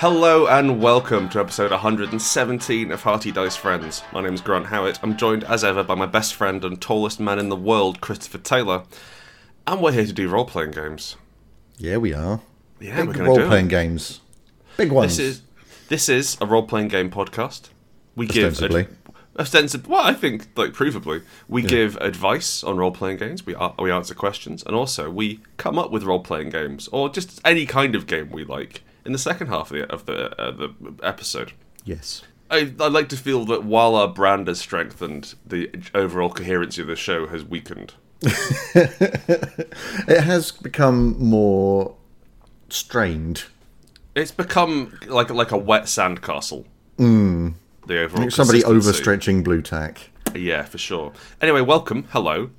Hello and welcome to episode 117 of Hearty Dice Friends. My name is Grant Howitt. I'm joined as ever by my best friend and tallest man in the world, Christopher Taylor, and we're here to do role-playing games. Yeah, we are. Yeah, we're going to Big do it. role-playing games. Big ones. This is this is a role-playing game podcast. We Ostensibly. give ad- ostensib- Well, I think like provably, we give advice on role-playing games. We ar- we answer questions, and also we come up with role-playing games or just any kind of game we like in the second half of the of the, uh, the episode. yes. I, I like to feel that while our brand has strengthened, the overall coherency of the show has weakened. It has become more strained. It's become like like a wet sandcastle. Mm. The overall Somebody consistency. overstretching blue tack. Yeah, for sure. Anyway, welcome. Hello.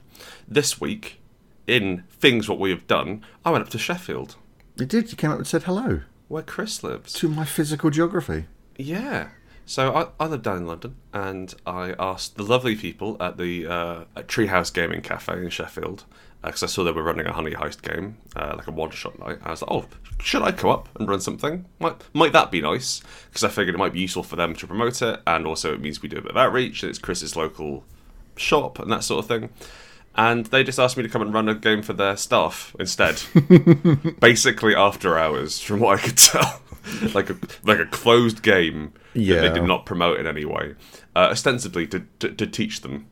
This week, in things what we have done, I went up to Sheffield, You did. You came up and said hello where Chris lives. to my physical geography. Yeah. So I, I live down in London, and I asked the lovely people at the uh, at Treehouse Gaming Cafe in Sheffield because I saw they were running a Honey Heist game, uh, like a one shot night. I was like, oh, should I come up and run something? Might might that be nice? Because I figured it might be useful for them to promote it, and also it means we do a bit of outreach. And it's Chris's local shop and that sort of thing. And they just asked me to come and run a game for their staff instead basically after hours, from what I could tell, like a like a closed game that Yeah. they did not promote in any way, uh, ostensibly to, to to teach them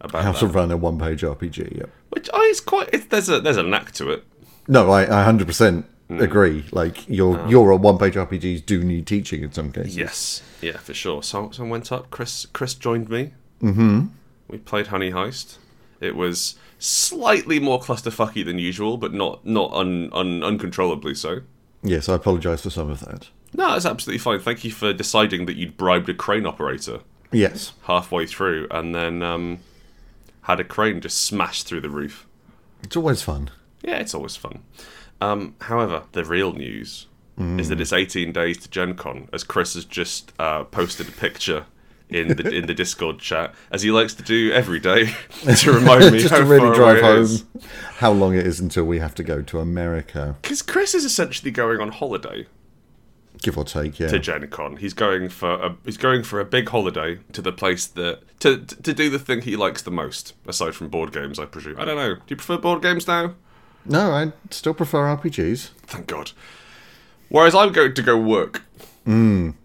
about How that. to run a one-page RPG. Yep. Which I is quite it's, there's a there's a knack to it. No, I, I 100% Hmm. agree. Like your your one-page RPGs do need teaching in some cases. Yes, Oh. yeah, for sure. So so I went up. Chris Chris joined me. Mm-hmm. We played Honey Heist. It was slightly more clusterfucky than usual, but not not un, un, uncontrollably so. Yes, I apologise for some of that. No, that's absolutely fine. Thank you for deciding that you'd bribed a crane operator. Yes. halfway through and then um, had a crane just smash through the roof. It's always fun. Yeah, it's always fun. Um, however, the real news is that it's 18 days to Gen Con, as Chris has just uh, posted a picture in the in the Discord chat, as he likes to do every day to remind me Just how to really far drive away it is. home how long it is until we have to go to America, Because Chris is essentially going on holiday give or take. Yeah. to Gen Con. He's going for a he's going for a big holiday to the place that to to do the thing he likes the most, aside from board games, I presume. I don't know. Do you prefer board games now? No, I still prefer RPGs. Thank God. Whereas I'm going to go work. Um,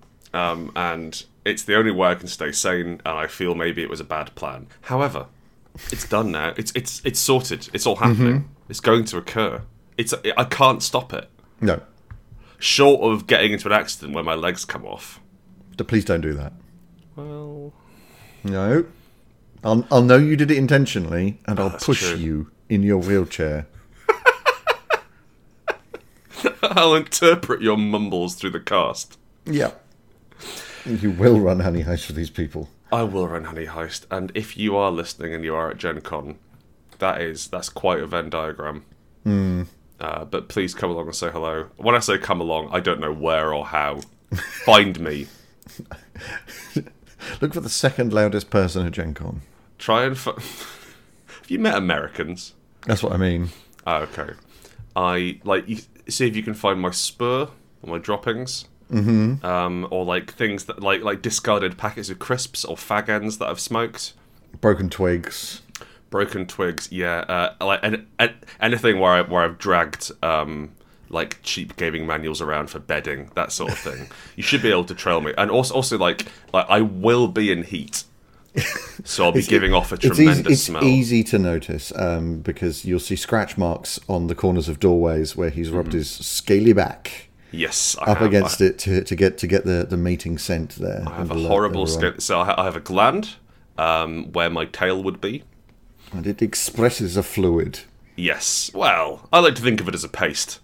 and it's the only way I can stay sane, and I feel maybe it was a bad plan. However, it's done now. It's it's it's sorted. It's all happening. It's going to occur. It's I can't stop it. No, Short of getting into an accident where my legs come off. D- please don't do that. Well, No, I'll, I'll know you did it intentionally, and I'll Ah, that's push true. you in your wheelchair. I'll interpret your mumbles through the cast. Yeah, you will run honey heist for these people. I will run Honey Heist, and if you are listening and you are at Gen Con, that is that's quite a Venn diagram. Uh, but please come along and say hello. When I say come along, I don't know where or how. Find me. Look for the second loudest person at Gen Con. Try and. F- Have you met Americans? That's what I mean. Oh, okay. I like you, see if you can find my spur or my droppings, mm-hmm. um, or like things that like like discarded packets of crisps or fag ends that I've smoked. Broken twigs. broken twigs yeah uh, like an, an, anything where I, where i've dragged um like cheap gaming manuals around for bedding that sort of thing you should be able to trail me and also also like like i will be in heat so i'll be giving off a It's, easy, tremendous it's smell easy to notice um, because you'll see scratch marks on the corners of doorways where he's rubbed his scaly back yes I up have. against Mm-hmm. I, it to, to get to get the, the mating scent there. I have a horrible skin so I, ha- I have a gland um where my tail would be and it expresses a fluid. yes well i like to think of it as a paste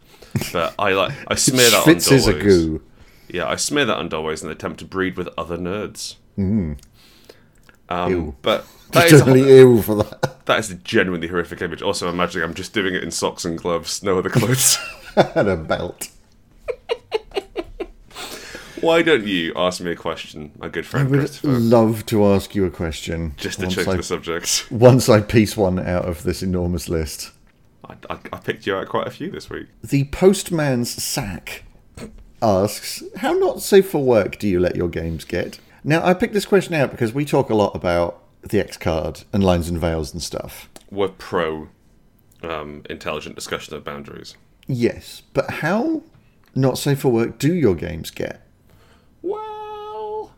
but i like i smear that on Schwitz is a doorways. goo. yeah i smear that on doorways in an attempt to breed with other nerds Um, Ew. but Um, that is, Totally ill for that. that is a genuinely horrific image. Also, I'm imagining I'm just doing it in socks and gloves, no other clothes. and a belt. Why don't you ask me a question, my good friend Would Christopher? love to ask you a question. Just to once change I, the subject. Once I piece one out of this enormous list. I, I, I picked you out quite a few this week. The postman's sack asks, "How not safe for work do you let your games get?" Now, I picked this question out because we talk a lot about the X card and lines and veils and stuff. We're pro um, intelligent discussion of boundaries. Yes, but how not safe for work do your games get? Well,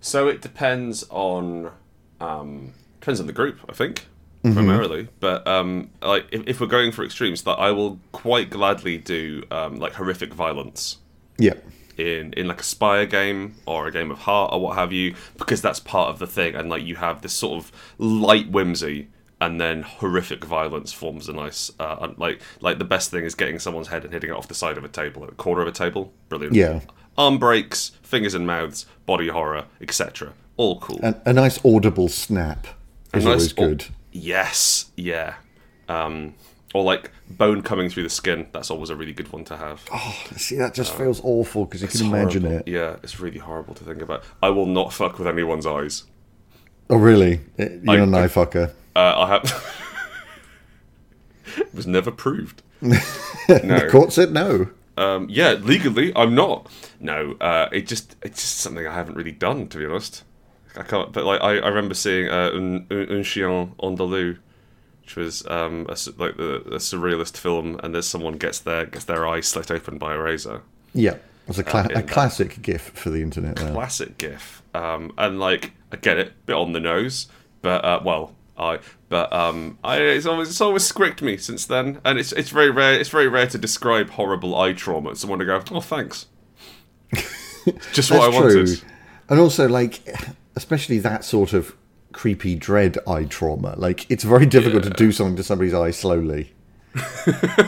so it depends on um, depends on the group, I think, Mm-hmm. primarily. But um, like, if, if we're going for extremes, that I will quite gladly do um, like horrific violence Yeah, in in like a spire game or a game of heart or what have you, because that's part of the thing. And like you have this sort of light whimsy. And then horrific violence forms a nice, uh, un- like, like the best thing is getting someone's head and hitting it off the side of a table, at the corner of a table. Brilliant yeah, arm breaks, fingers and mouths, body horror, etc. All cool. and a nice audible snap nice is always au- good. yes, yeah. Um, or like bone coming through the skin. That's always a really good one to have. See, that just feels awful because you can imagine Horrible. it. Yeah, it's really horrible to think about. I will not fuck with anyone's eyes. Oh, really? You're a knife fucker. Uh, I have. it was never proved. The court said no. Um, yeah, legally, I'm not. No, uh, it just it's just something I haven't really done to be honest. I can't. But like, I, I remember seeing uh, un, un, un chien andalou, which was um, a, s- like the, a surrealist film, and there's someone gets their gets their eye slit open by a razor. Yeah, it's a, cla- in a that- classic gif for the internet. Now. Classic GIF. Um, and like, I get it, bit on the nose, but uh, well. I, but um, I, it's always it's always scricked me since then, and it's it's very rare it's very rare to describe horrible eye trauma. to Someone to go, oh thanks, just what I wanted. And also, like, especially that sort of creepy dread eye trauma. Like, it's very difficult to do something to somebody's eye slowly.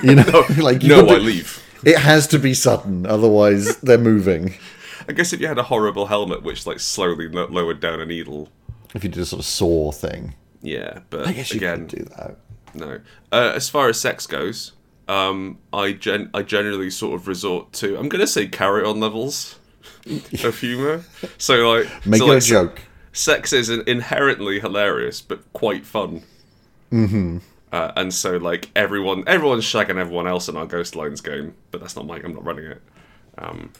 you know, like you no, gotta- I leave. It has to be sudden, otherwise they're moving. I guess if you had a horrible helmet which like slowly lo- lowered down a needle, If you did a sort of saw thing, yeah. But I guess you again, could do that. no. Uh, as far as sex goes, um, I gen- I generally sort of resort to I'm gonna say carry on levels of humor. So like Make so, it like, a joke. Sex is in- inherently hilarious but quite fun. Mm-hmm. Uh, and so like everyone everyone's shagging everyone else in our Ghost Lines game, but that's not mine. I'm not running it. Um,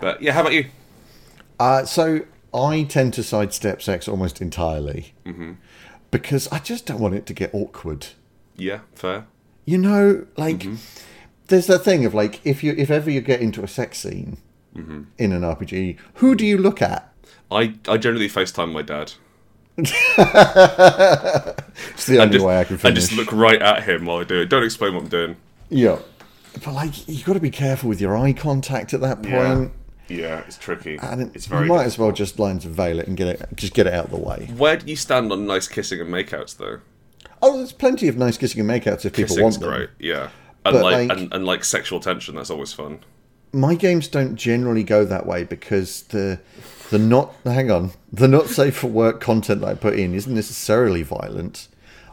but yeah, how about you? Uh, so I tend to sidestep sex almost entirely Mm-hmm. because I just don't want it to get awkward. Yeah, fair. you know like Mm-hmm. there's that thing of like if you if ever you get into a sex scene Mm-hmm. in an rpg who do you look at I, I generally FaceTime my dad. it's the only Just- way i can I finish just look right at him while I do it. Don't explain what I'm doing. yeah but like you've got to be careful with your eye contact at that point Yeah, it's tricky. and it, it's you very. might as well just lines and veil it and get it just get it out of the way Where do you stand on nice kissing and makeouts though? oh there's plenty of nice kissing and makeouts if people Kissing's want them great. Yeah, and But, like, like- and, and like sexual tension. That's always fun. my games don't generally go that way because the the not hang on the not safe for work content that I put in isn't necessarily violent.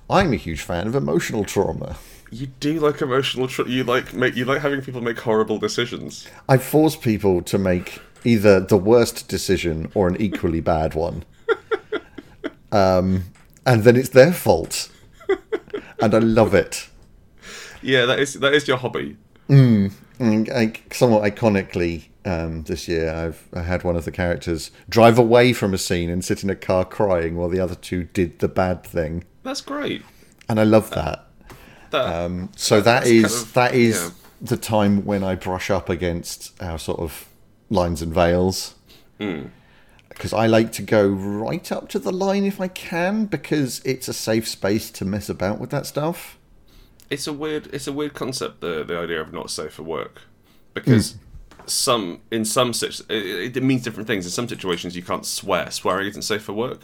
I'm a huge fan of emotional trauma. You do like emotional. Tr- you like make you like having people make horrible decisions. I force people to make either the worst decision or an equally bad one, um, and then it's their fault, and I love it. Yeah, that is that is your hobby. And, like, somewhat iconically, um, this year I've I had one of the characters drive away from a scene and sit in a car crying while the other two did the bad thing, That's great. and I love that. That Um, so that is Uh, kind of- that is yeah. the time when I brush up against our sort of lines and veils. Hmm. Because I like to go right up to the line if I can, because it's a safe space to mess about with that stuff. it's a weird it's a weird concept the the idea of not safe for work because Hmm. some in some such it, it means different things in some situations you can't swear swearing isn't safe for work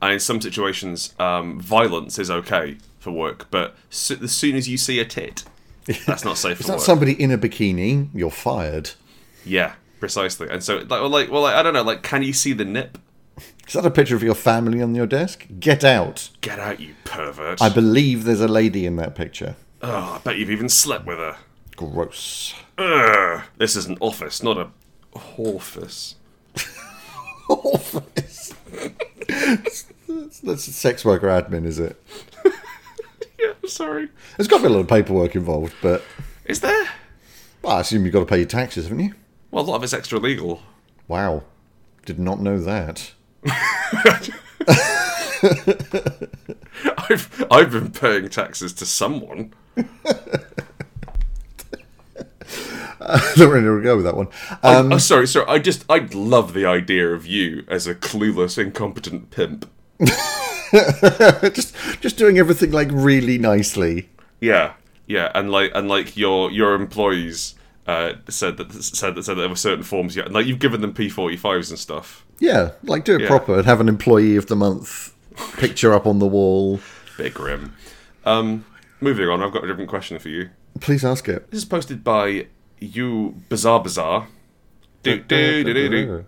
and in some situations um, violence is okay for work but so, as soon as you see a tit that's not safe Is for that work somebody in a bikini? You're fired. yeah precisely. And so, like, well, like, well, like, I don't know, like, can you see the nip? Is that a picture of your family on your desk? Get out. Get out, you pervert! I believe there's a lady in that picture. oh, I bet you've even slept with her. Gross. Ugh. This is an office, not a office. Office. that's, that's sex worker admin, is it? Yeah, I'm sorry. There's got to be a lot of paperwork involved, but Is there? well, I assume you've got to pay your taxes, haven't you? Well, a lot of it's extra legal. Wow. Did not know that. I've I've been paying taxes to someone. I don't really know where to go with that one. Um, oh, sorry, sorry. I just I love the idea of you as a clueless, incompetent pimp. just, just doing everything like really nicely. Yeah, yeah, and like and like your your employees uh, said that said that said that there were certain forms. Yeah, and like you've given them P forty fives and stuff. Yeah, like do it proper and have an employee of the month picture up on the wall. Bit grim. Um, moving on, I've got a different question for you. Please ask it. This is posted by you Bizarre Bizarre. Do do do do do.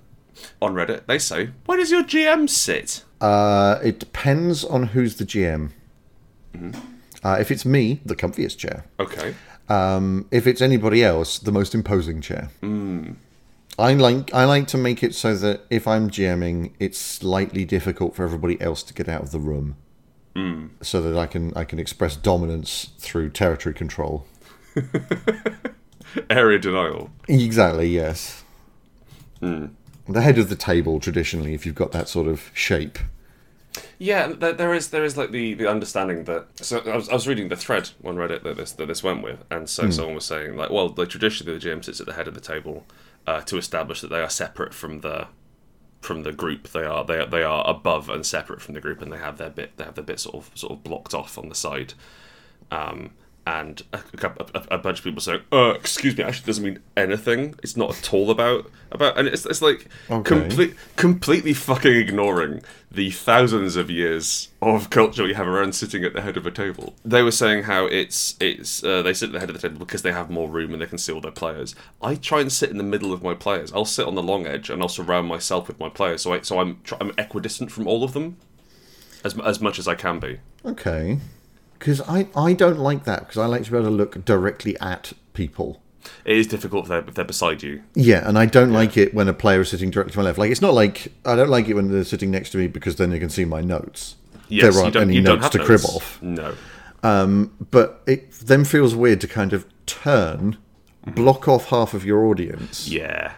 On Reddit, they say, "Where does your GM sit?" Uh, it depends on who's the GM. Uh, if it's me, the comfiest chair. Okay. Um, if it's anybody else, the most imposing chair. I like I like to make it so that if I'm GMing, it's slightly difficult for everybody else to get out of the room, so that I can I can express dominance through territory control. Area denial. Exactly. Yes. The head of the table traditionally, if you've got that sort of shape. Yeah, and there, there is there is like the, the understanding that so I was, I was reading the thread on Reddit that this that this went with, and so someone was saying like, well, like traditionally the GM sits at the head of the table uh, to establish that they are separate from the from the group. They are they are, they are above and separate from the group, and they have their bit they have their bit sort of sort of blocked off on the side. Um, and a, a, cou- a- a bunch of people saying, uh, "Excuse me, actually doesn't mean anything. It's not at all about about." And it's it's like complete completely fucking ignoring the thousands of years of culture we have around sitting at the head of a table. They were saying how it's it's uh, they sit at the head of the table because they have more room and they can see all their players. I try and sit in the middle of my players. I'll sit on the long edge and I'll surround myself with my players. So I so I'm tr- I'm equidistant from all of them, as mu- as much as I can be. Okay. Because I, I don't like that because I like to be able to look directly at people. It is difficult if they're, if they're beside you. Yeah, and I don't like it when a player is sitting directly to my left. Like it's not like I don't like it when they're sitting next to me because then they can see my notes. Yes, there aren't you don't, any you don't notes have to those. crib off. No. But it then feels weird to kind of turn, Mm-hmm. block off half of your audience, Yeah,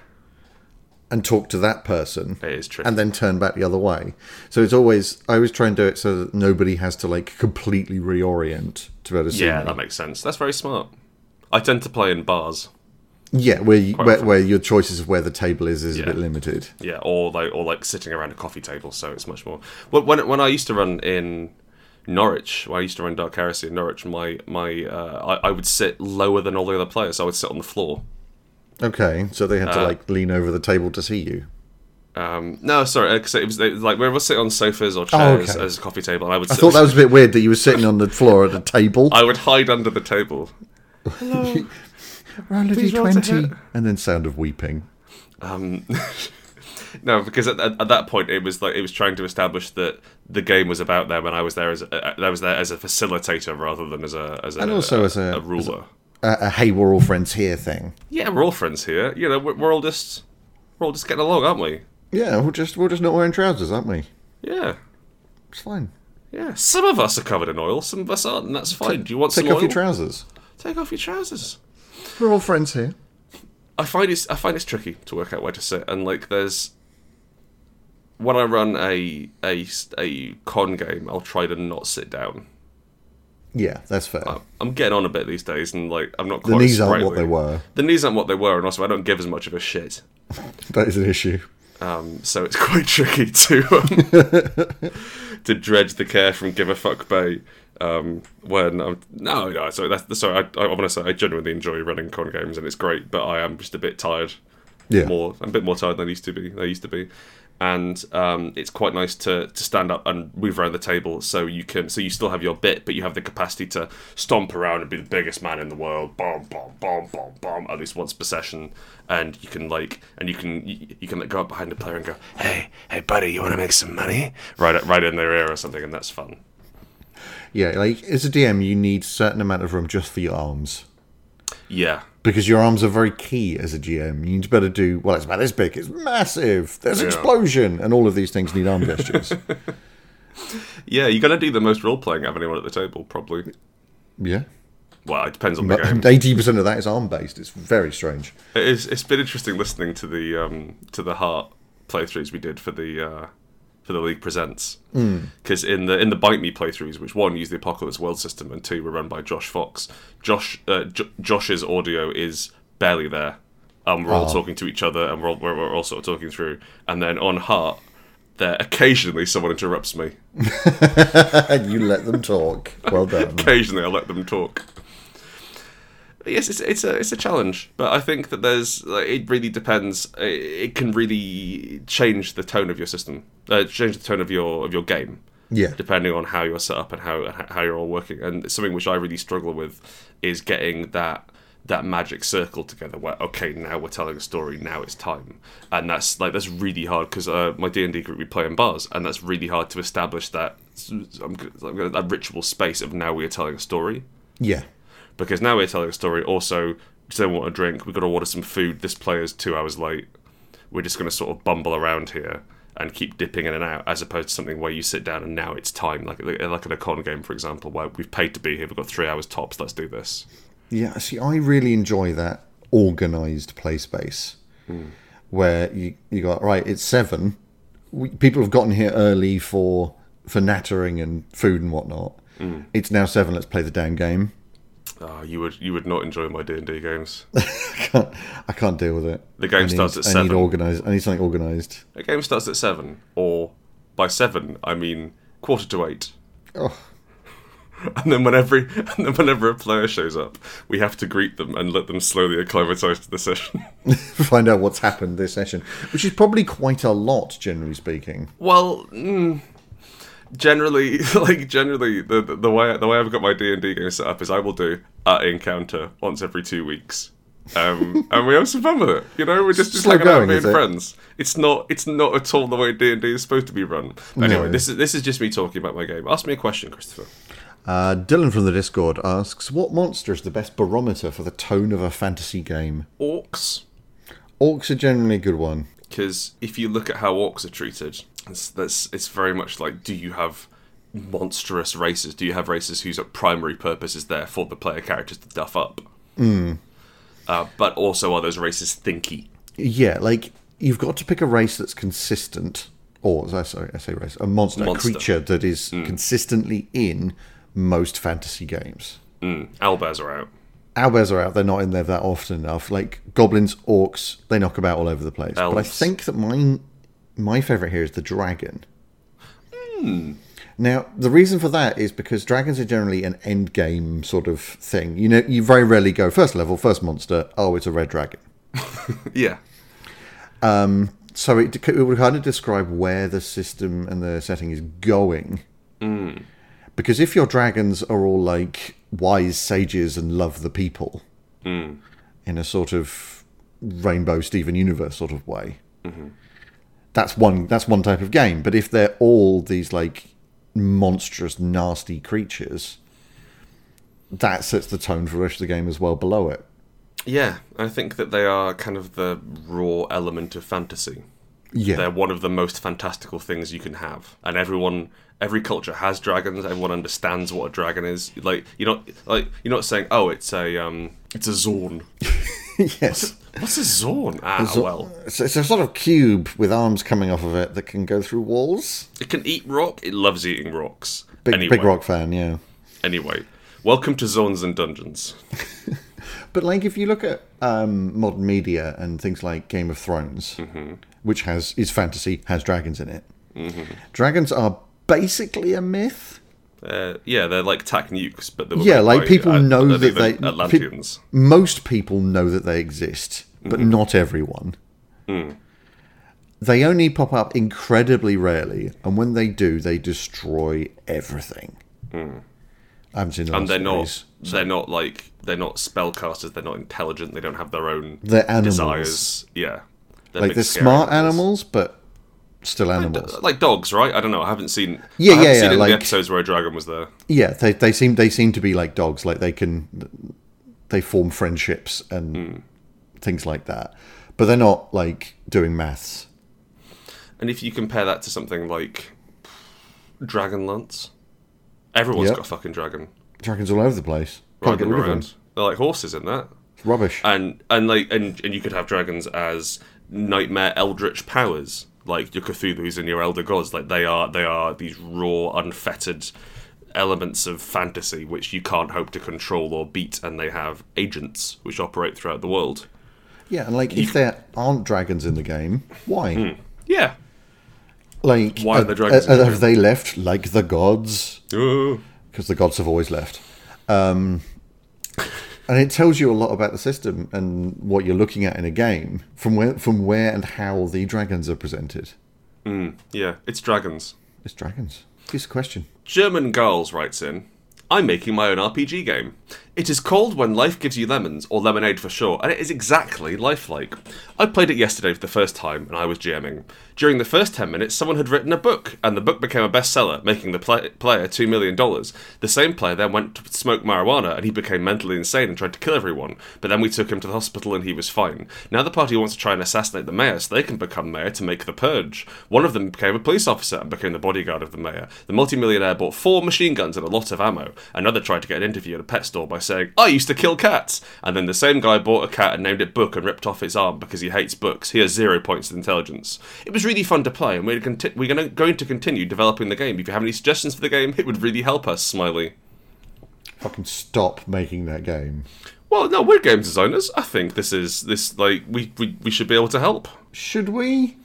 and talk to that person. it is true. and then turn back the other way. So it's always I always try and do it so that nobody has to like completely reorient to be able to see. yeah, me. that makes sense. That's very smart. I tend to play in bars. yeah, where you, where, often. where your choices of where the table is is Yeah. a bit limited. Yeah, or like or like sitting around a coffee table, so it's much more. But when when I used to run in Norwich, when I used to run Dark Heresy in Norwich, my my uh, I, I would sit lower than all the other players. I would sit on the floor. Okay, so they had Uh, to like lean over the table to see you. Um, no, sorry, because it was they, like we were sitting on sofas or chairs Oh, okay. as a coffee table, and I would I sit, thought that was a bit weird that you were sitting on the floor at a table. I would hide under the table. roll a roll to hit. d20, and then sound of weeping. Um, no, because at, at, at that point it was like it was trying to establish that the game was about them, and I was there as a, uh, I was there as a facilitator rather than as a as a, And also as a- a ruler. Uh, a hey, we're all friends here thing. Yeah, we're all friends here. You know, we're, we're all just we're all just getting along, aren't we? Yeah, we're just we're just not wearing trousers, aren't we? Yeah, It's fine. yeah. Some of us are covered in oil, some of us aren't, and that's fine. Do you want Take some off your oil? trousers. Take off your trousers. We're all friends here. I find it's I find it's tricky to work out where to sit, and like there's when I run a a a con game, I'll try to not sit down. Yeah, that's fair. I'm getting on a bit these days, and like I'm not Uh, quite. the knees as aren't what sprightly. they were. The knees aren't what they were, and also I don't give as much of a shit. That is an issue. Um, so it's quite tricky to um, to dredge the care from give a fuck bay. Um, when I'm no, no, so that's sorry. I, I want to say I genuinely enjoy running con games, and it's great, but I am just a bit tired. Yeah. more. I'm a bit more tired than I used to be. than I used to be, and um, it's quite nice to to stand up and move around the table so you can so you still have your bit but you have the capacity to stomp around and be the biggest man in the world bomb bomb bomb bomb bomb at least once per session and you can like and you can you, you can like, go up behind the player and go hey hey buddy you want to make some money right right in their ear or something and that's fun Yeah, like as a DM, you need certain amount of room just for your arms yeah because your arms are very key as a GM. You need to be able to do well. It's about this big. It's massive. There's Yeah. explosion, and all of these things need arm gestures. yeah you're gonna do the most role playing of anyone at the table probably yeah, well it depends on the but game eighty percent of that is arm based. It's very strange. It's, it's been interesting listening to the um, to the heart playthroughs we did for the uh, for the League Presents because in the in the Bite Me playthroughs, which one used the Apocalypse World system and two were run by Josh Fox. Josh uh, J- Josh's audio is barely there. Um, we're all talking to each other and we're all, we're, we're all sort of talking through. And then on Heart, there occasionally someone interrupts me. And you let them talk. Well done. occasionally I let them talk. But yes, it's, it's a it's a challenge, but I think that there's like, it really depends. It, it can really change the tone of your system, uh, change the tone of your of your game, Yeah, depending on how you're set up and how how you're all working. And something which I really struggle with is getting that that magic circle together where okay now we're telling a story now it's time and that's like that's really hard because uh, my d&d group we play in bars and that's really hard to establish that I'm, gonna- I'm gonna, that ritual space of now we are telling a story yeah, because now we're telling a story. Also, they want a drink. We've got to order some food. This player's two hours late. We're just going to sort of bumble around here and keep dipping in and out, as opposed to something where you sit down and now it's time, like like in a con game, for example, where we've paid to be here. We've got three hours tops. Let's do this. yeah. See, I really enjoy that organized play space where you you got right. It's seven. We, people have gotten here early for for nattering and food and whatnot. It's now seven. Let's play the damn game. Ah, you would you would not enjoy my D and D games. can't, I can't deal with it. The game I need, starts at I Need seven. organized, I need something organized. a game starts at seven, or by seven I mean quarter to eight. Oh, And then whenever and then whenever a player shows up, we have to greet them and let them slowly acclimatise to the session. find out what's happened this session, which is probably quite a lot, generally speaking. Well, mm, generally, like generally, the, the the way the way I've got my D and D game set up is I will do a encounter once every two weeks, um, and we have some fun with it. You know, we're just, just Slow hanging out going, and being is it? friends. It's not it's not at all the way D and D is supposed to be run. But anyway, No. this is this is just me talking about my game. Ask me a question, Christopher. Uh, Dylan from the Discord asks, "What monster is the best barometer for the tone of a fantasy game?" Orcs. Orcs are generally a good one. because if you look at how orcs are treated, it's, that's it's very much like do you have monstrous races? Do you have races whose primary purpose is there for the player characters to duff up? Uh, but also, are those races thinky? Yeah, like you've got to pick a race that's consistent, or as I sorry, I say race, a monster, Monster. Mm. a creature that is consistently in most fantasy games. Mm. Owlbears are out. Owlbears are out. They're not in there that often enough. Like goblins, orcs, they knock about all over the place. But I Elves. think that mine, my favorite here is the dragon. Now the reason for that is because dragons are generally an end game sort of thing. You know, you very rarely go first level, first monster. Oh, it's a red dragon. Yeah, So it, dec- it would kind of describe where the system and the setting is going. Because if your dragons are all like wise sages and love the people in a sort of rainbow Steven Universe sort of way, that's one that's one type of game. But if they're all these like monstrous, nasty creatures, that sets the tone for the rest of the game as well below it. yeah. I think that they are kind of the raw element of fantasy. Yeah. They're one of the most fantastical things you can have, and everyone, every culture has dragons. Everyone understands what a dragon is. Like you're not, like you're not saying, oh, it's a, um, it's a zorn. yes. What's a zorn? Ah, well, It's, it's a sort of cube with arms coming off of it that can go through walls. it can eat rock. It loves eating rocks. Big, anyway, big rock fan, yeah. Anyway, welcome to Zones and Dungeons. But like, if you look at um, modern media and things like Game of Thrones, Mm-hmm. which has is fantasy, has dragons in it. Dragons are basically a myth. Uh, yeah, they're like tac nukes, but they were Yeah, made like by, people uh, know uh, that the they pe- Atlanteans. Mm-hmm. Mm. most people know that they exist, but not everyone. They only pop up incredibly rarely, and when they do, they destroy everything. I haven't seen the Mm. and last they're one of not. these. They're not like they're not spellcasters. They're not intelligent. They don't have their own They're animals. desires. Yeah, they're Like big, they're scary Uh, smart animals, but still animals. like dogs, right? I don't know. I haven't seen. Yeah, I haven't yeah, seen yeah, any of like- the episodes where a dragon was there. Yeah, they, they seem they seem to be like dogs. Like they can they form friendships and Hmm. things like that. But they're not like doing maths. And if you compare that to something like Dragonlance, everyone's Yep. got a fucking dragon Dragons all over the place. Can't riding get them rid of them. around. They're like horses in that. It's rubbish. and and like and, and you could have dragons as nightmare eldritch powers like your cthulhu's and your elder gods like they are they are these raw unfettered elements of fantasy which you can't hope to control or beat and they have agents which operate throughout the world yeah, and like if there aren't dragons in the game, why? yeah Like Hmm. Why are there dragons in Are, the have they left like the gods? Ooh. because the gods have always left. Um, and it tells you a lot about the system and what you're looking at in a game from where, from where and how the dragons are presented. yeah it's dragons It's dragons. Here's the question. German Girls writes in I'm making my own RPG game. It is called When Life Gives You Lemons, or Lemonade for short, and it is exactly lifelike. I played it yesterday for the first time, and I was jamming. During the first 10 minutes, someone had written a book, and the book became a bestseller, making the pla player $2 million. The same player then went to smoke marijuana, and he became mentally insane and tried to kill everyone, but then we took him to the hospital, and he was fine. Now the party wants to try and assassinate the mayor so they can become mayor to make the purge. One of them became a police officer and became the bodyguard of the mayor. The multimillionaire bought four machine guns and a lot of ammo. Another tried to get an interview at a pet store by saying, I used to kill cats. And then the same guy bought a cat and named it Book and ripped off its arm because he hates books. He has zero points of intelligence. It was really fun to play, and we're, conti- we're gonna- going to continue developing the game. If you have any suggestions for the game, it would really help us, Smiley. Fucking stop making that game. Well, no, we're game designers. I think this is this like we, we, we should be able to help. Should we?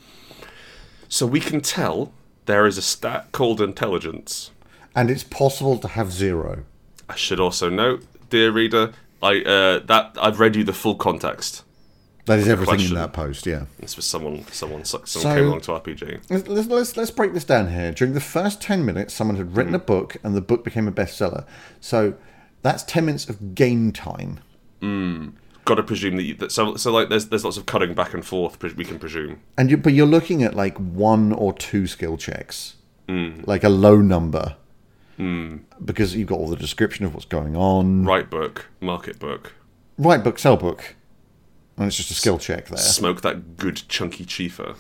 So we can tell there is a stat called intelligence. And it's possible to have zero. I should also note, dear reader, I uh, that I've read you the full context. That is everything question. in that post. Yeah. This was someone someone someone So- came along to RPG. Let's, let's- let's, let's break this down here. During the first 10 minutes, someone had written a book and the book became a bestseller. So that's 10 minutes of game time. Got to presume that, you, that so so like there's there's lots of cutting back and forth. pre- We can presume. and you, but you're looking at like one or two skill checks, Mm. like a low number, because you've got all the description of what's going on. Right, Write book, market book, book, sell book, and it's just a skill check there. smoke that good chunky chiefer.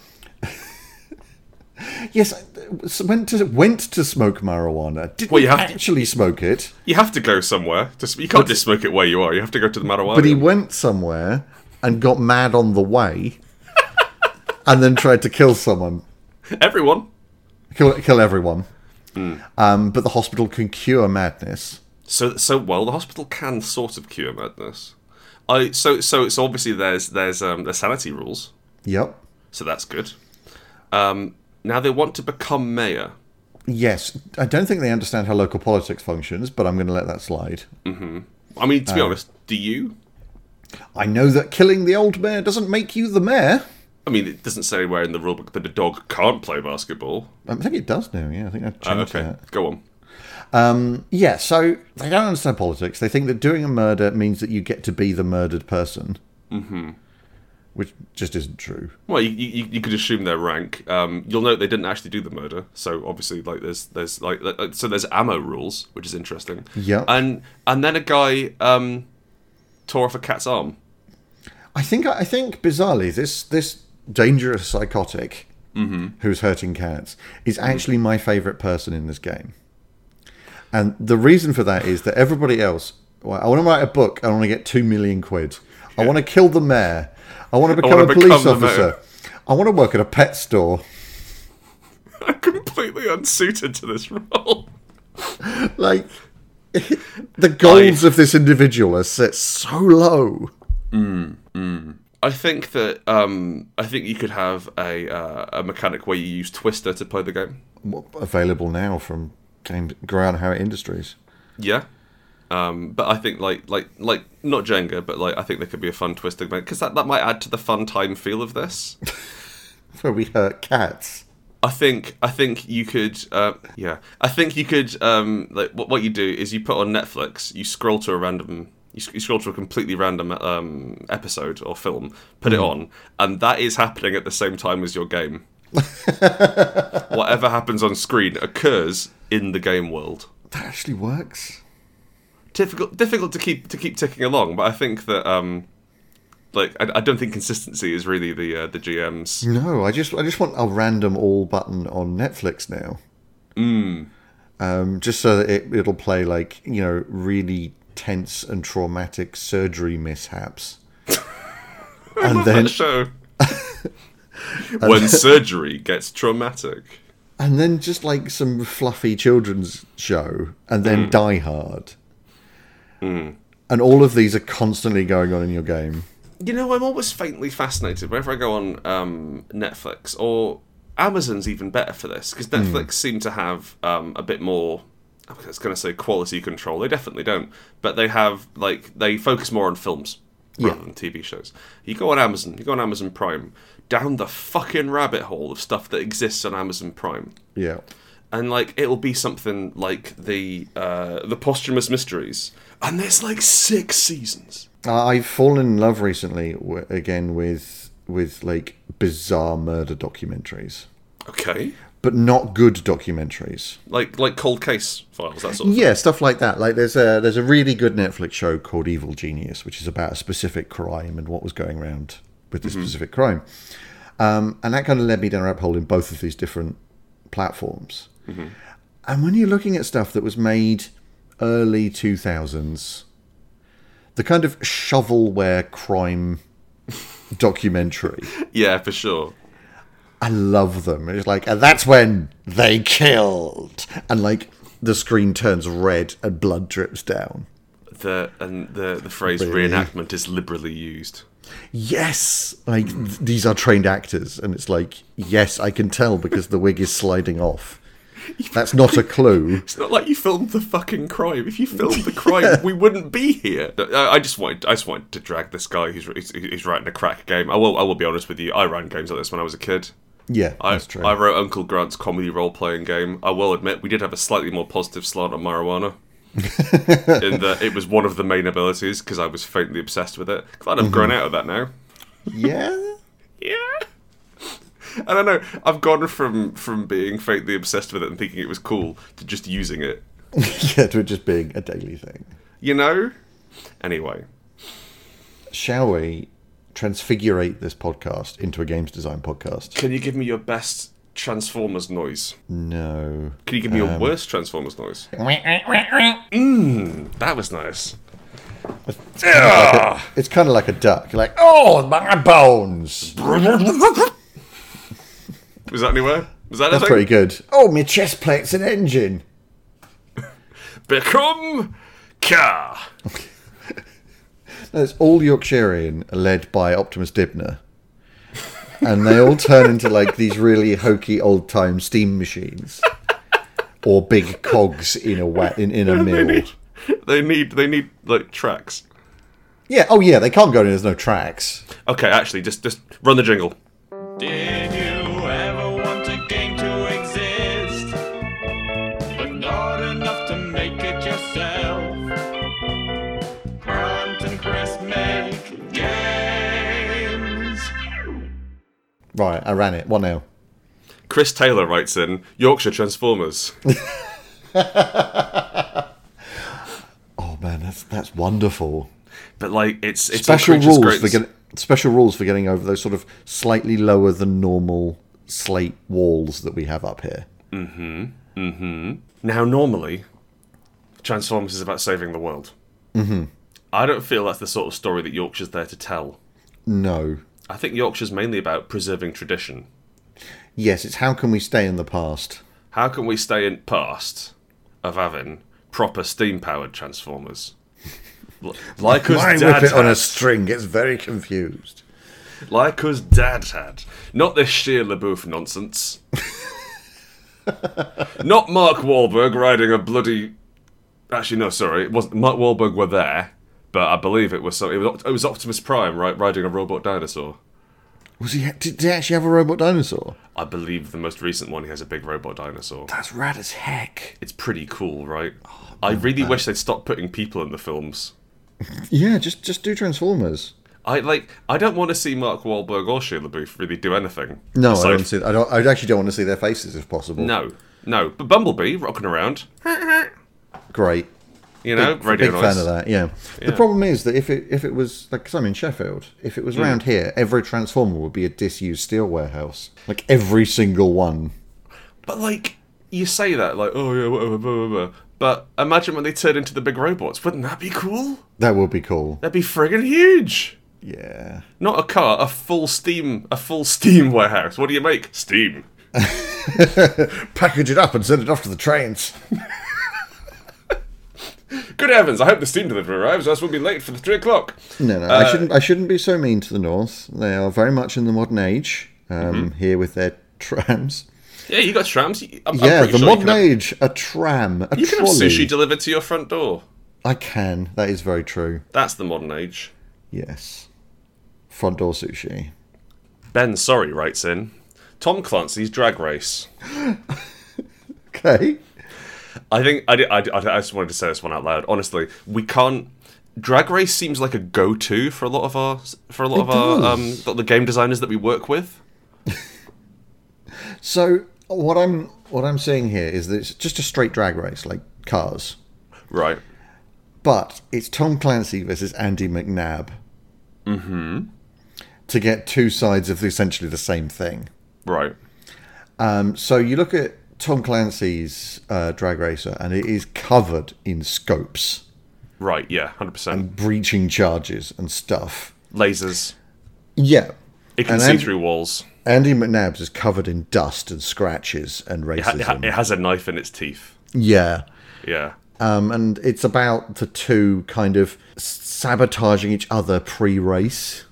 Yes, I- so went to went to smoke marijuana. Didn't Well, you have to- actually smoke it, You have to go somewhere. Just you can't just smoke it where you are. You have to go to the marijuana. but he went somewhere and got mad on the way, and then tried to kill someone, Everyone, kill kill everyone. Mm. Um, but the hospital can cure madness. So so well, the hospital can sort of cure madness. I so so so obviously there's there's um there's sanity rules, Yep. so that's good. Um, now they want to become mayor. Yes, I don't think they understand how local politics functions, but I'm going to let that slide. I mean, to be honest, do you? I know that killing the old mayor doesn't make you the mayor. I mean, it doesn't say anywhere in the rulebook that a dog can't play basketball. I think it does now. Yeah, I think I've Uh, changed okay, that. go on. Yeah, so they don't understand politics. They think that doing a murder means that you get to be the murdered person, mm-hmm. which just isn't true. Well, you, you, you could assume their rank. Um, you'll note they didn't actually do the murder, so obviously, like there's there's like like- like- so there's ammo rules, which is interesting. Yeah. and and then a guy um, tore off a cat's arm. I think I think bizarrely this this dangerous psychotic Mm-hmm. who's hurting cats is actually my favorite person in this game. And the reason for that is that everybody else well, I want to write a book, I want to get 2 million quid. I want to kill the mayor. I want to become wanna a police become the mayor. officer. I want to work at a pet store. I'm completely unsuited to this role. Like the goals of this individual are set so low. I think that um, I think you could have a uh, a mechanic where you use Twister to play the game. Available now from Game Groundhog Industries. Yeah. Um, but I think like like like not Jenga, but like I think there could be a fun Twister because that, that might add to the fun time feel of this. where we hurt cats. I think I think you could uh, yeah I think you could um, like what, what you do is you put on Netflix you scroll to a random you, sc- you scroll to a completely random um, episode or film put it on and that is happening at the same time as your game whatever happens on screen occurs in the game world That actually works. difficult difficult to keep to keep ticking along but I think that um like I, I don't think consistency is really the uh, the GM's No, I just I just want a random all button on Netflix now. Um, just so that it, it'll play like you know really tense and traumatic surgery mishaps. and that then show. when surgery gets traumatic. and then just like some fluffy children's show, and then Die Hard. And all of these are constantly going on in your game. You know, I'm always faintly fascinated whenever I go on um, Netflix or Amazon's even better for this because Netflix seem to have um, a bit more. I was going to say quality control. They definitely don't, but they have like they focus more on films rather than TV shows. You go on Amazon, you go on Amazon Prime, down the fucking rabbit hole of stuff that exists on Amazon Prime. Yeah. and like it'll be something like the uh, the posthumous mysteries, and there's like six seasons. I- I've fallen in love recently w- again with with like bizarre murder documentaries, Okay, but not good documentaries. like like cold case files that sort of. Yeah, stuff like that. Like there's a there's a really good Netflix show called Evil Genius, which is about a specific crime and what was going around with Mm-hmm. this specific crime. Um, and that kind of led me down a rabbit hole in both of these different platforms. Mm-hmm. And when you're looking at stuff that was made early 2000s, the kind of shovelware crime documentary, Thing. Yeah, for sure. I love them. It's like, and that's when they killed. And like the screen turns red and blood drips down. The and the the phrase Really? reenactment is liberally used. yes like th- these are trained actors and it's like yes i can tell because the wig is sliding off that's not a clue It's not like you filmed the fucking crime. If you filmed the crime, we wouldn't be here. I, I just wanted, I just wanted to drag this guy who's, who's who's writing a crack game. I will, I will be honest with you. I ran games like this when I was a kid. yeah I, that's true I wrote Uncle Grant's comedy role playing game. I will admit we did have a slightly more positive slant on marijuana. in that it was one of the main abilities because I was faintly obsessed with it. Glad I've grown Mm-hmm. out of that now. yeah Yeah. I don't know. I've gone from from being faintly obsessed with it and thinking it was cool to just using it. yeah to it just being a daily thing You know. Anyway, shall we transfigurate this podcast into a games design podcast can you give me your best Transformers noise? no Um, Can you give me your worst Transformers noise? That was nice. it's kind of like a duck You're like oh my bones Was that anywhere? Was that that's anything? pretty good oh my chest plate's an engine Become car. It's all Yorkshirean led by Optimus Dibner. And they all turn into like these really hokey old time steam machines. Or big cogs in a wa- in, in a They mill. need, they need, they need like tracks. Yeah, oh yeah, they can't go in, there's no tracks. Okay, actually, just just run the jingle. Did you ever want a game to exist? But not enough to make it yourself. Grant and Chris make games. Right, I ran it. One now. Chris Taylor writes in Yorkshire Transformers. Oh man, that's that's wonderful. but like, it's it's Special on Creatures rules Greats. for getting special rules for getting over those sort of slightly lower than normal slate walls that we have up here. now, normally, Transformers is about saving the world. Mm-hmm. I don't feel that's the sort of story that Yorkshire's there to tell. No. I think Yorkshire's mainly about preserving tradition. Yes, it's how can we stay in the past? How can we stay in past of having proper steam-powered Transformers? L- Like us, Mine Dad whip it on a had. string gets very confused. like us dad had. Not this sheer LaBeouf nonsense. Not Mark Wahlberg riding a bloody. Actually, no, sorry, it wasn't. Mark Wahlberg were there, but I believe it was so. It was, Opt- it was Optimus Prime, right, riding a robot dinosaur. Was he? Did they actually have a robot dinosaur? I believe the most recent one he has a big robot dinosaur. That's rad as heck. It's pretty cool, right? Oh, I really wish they'd stop putting people in the films. Yeah, just just do Transformers. I like. I don't want to see Mark Wahlberg or Sheila Booth really do anything. No, I Aside- don't see. I don't. I actually don't want to see their faces if possible. No, no. But Bumblebee rocking around. great. You know, radio Big noise. fan of that. Yeah. The Yeah. problem is that if it if it was like 'cause I'm in Sheffield, if it was around here, every Transformer would be a disused steel warehouse. Like every single one. But like, you say that like, oh yeah, whatever, blah, blah, blah. But imagine when they turn into the big robots. Wouldn't that be cool? That would be cool. That'd be friggin' huge. Yeah. Not a car, a full steam, a full steam warehouse. What do you make? Steam. Package it up and send it off to the trains. Good heavens! I hope the steam delivery arrives. Else we'll be late for the three o'clock. No, no, Uh, I shouldn't. I shouldn't be so mean to the North. They are very much in the modern age um, Mm-hmm. here with their trams. Yeah, you got trams. I'm, I'm yeah, pretty the sure you modern can have- age, a tram, a You can have trolley. sushi delivered to your front door. I can. That is very true. That's the modern age. Yes, front door sushi. Ben Sorry writes in Tom Clancy's Drag Race. Okay. I think I, did- I, did- I just wanted to say this one out loud. Honestly, we can't. Drag Race seems like a go-to for a lot of our for a lot of our um, does. the game designers that we work with. So what I'm what I'm seeing here is that it's just a straight drag race, like cars, Right. but it's Tom Clancy versus Andy McNabb. Mm-hmm. Mm-hmm. To get two sides of essentially the same thing. Right. Um, so you look at Tom Clancy's uh, Drag Racer, and it is covered in scopes, Right. Yeah. Hundred percent. breaching charges, and stuff. Lasers. Yeah. It can And see Andy- through walls. Andy McNabb's is covered in dust and scratches and It, ha- it ha- racism. it has a knife in its teeth. Yeah. Yeah. Um, and it's about the two kind of sabotaging each other pre race.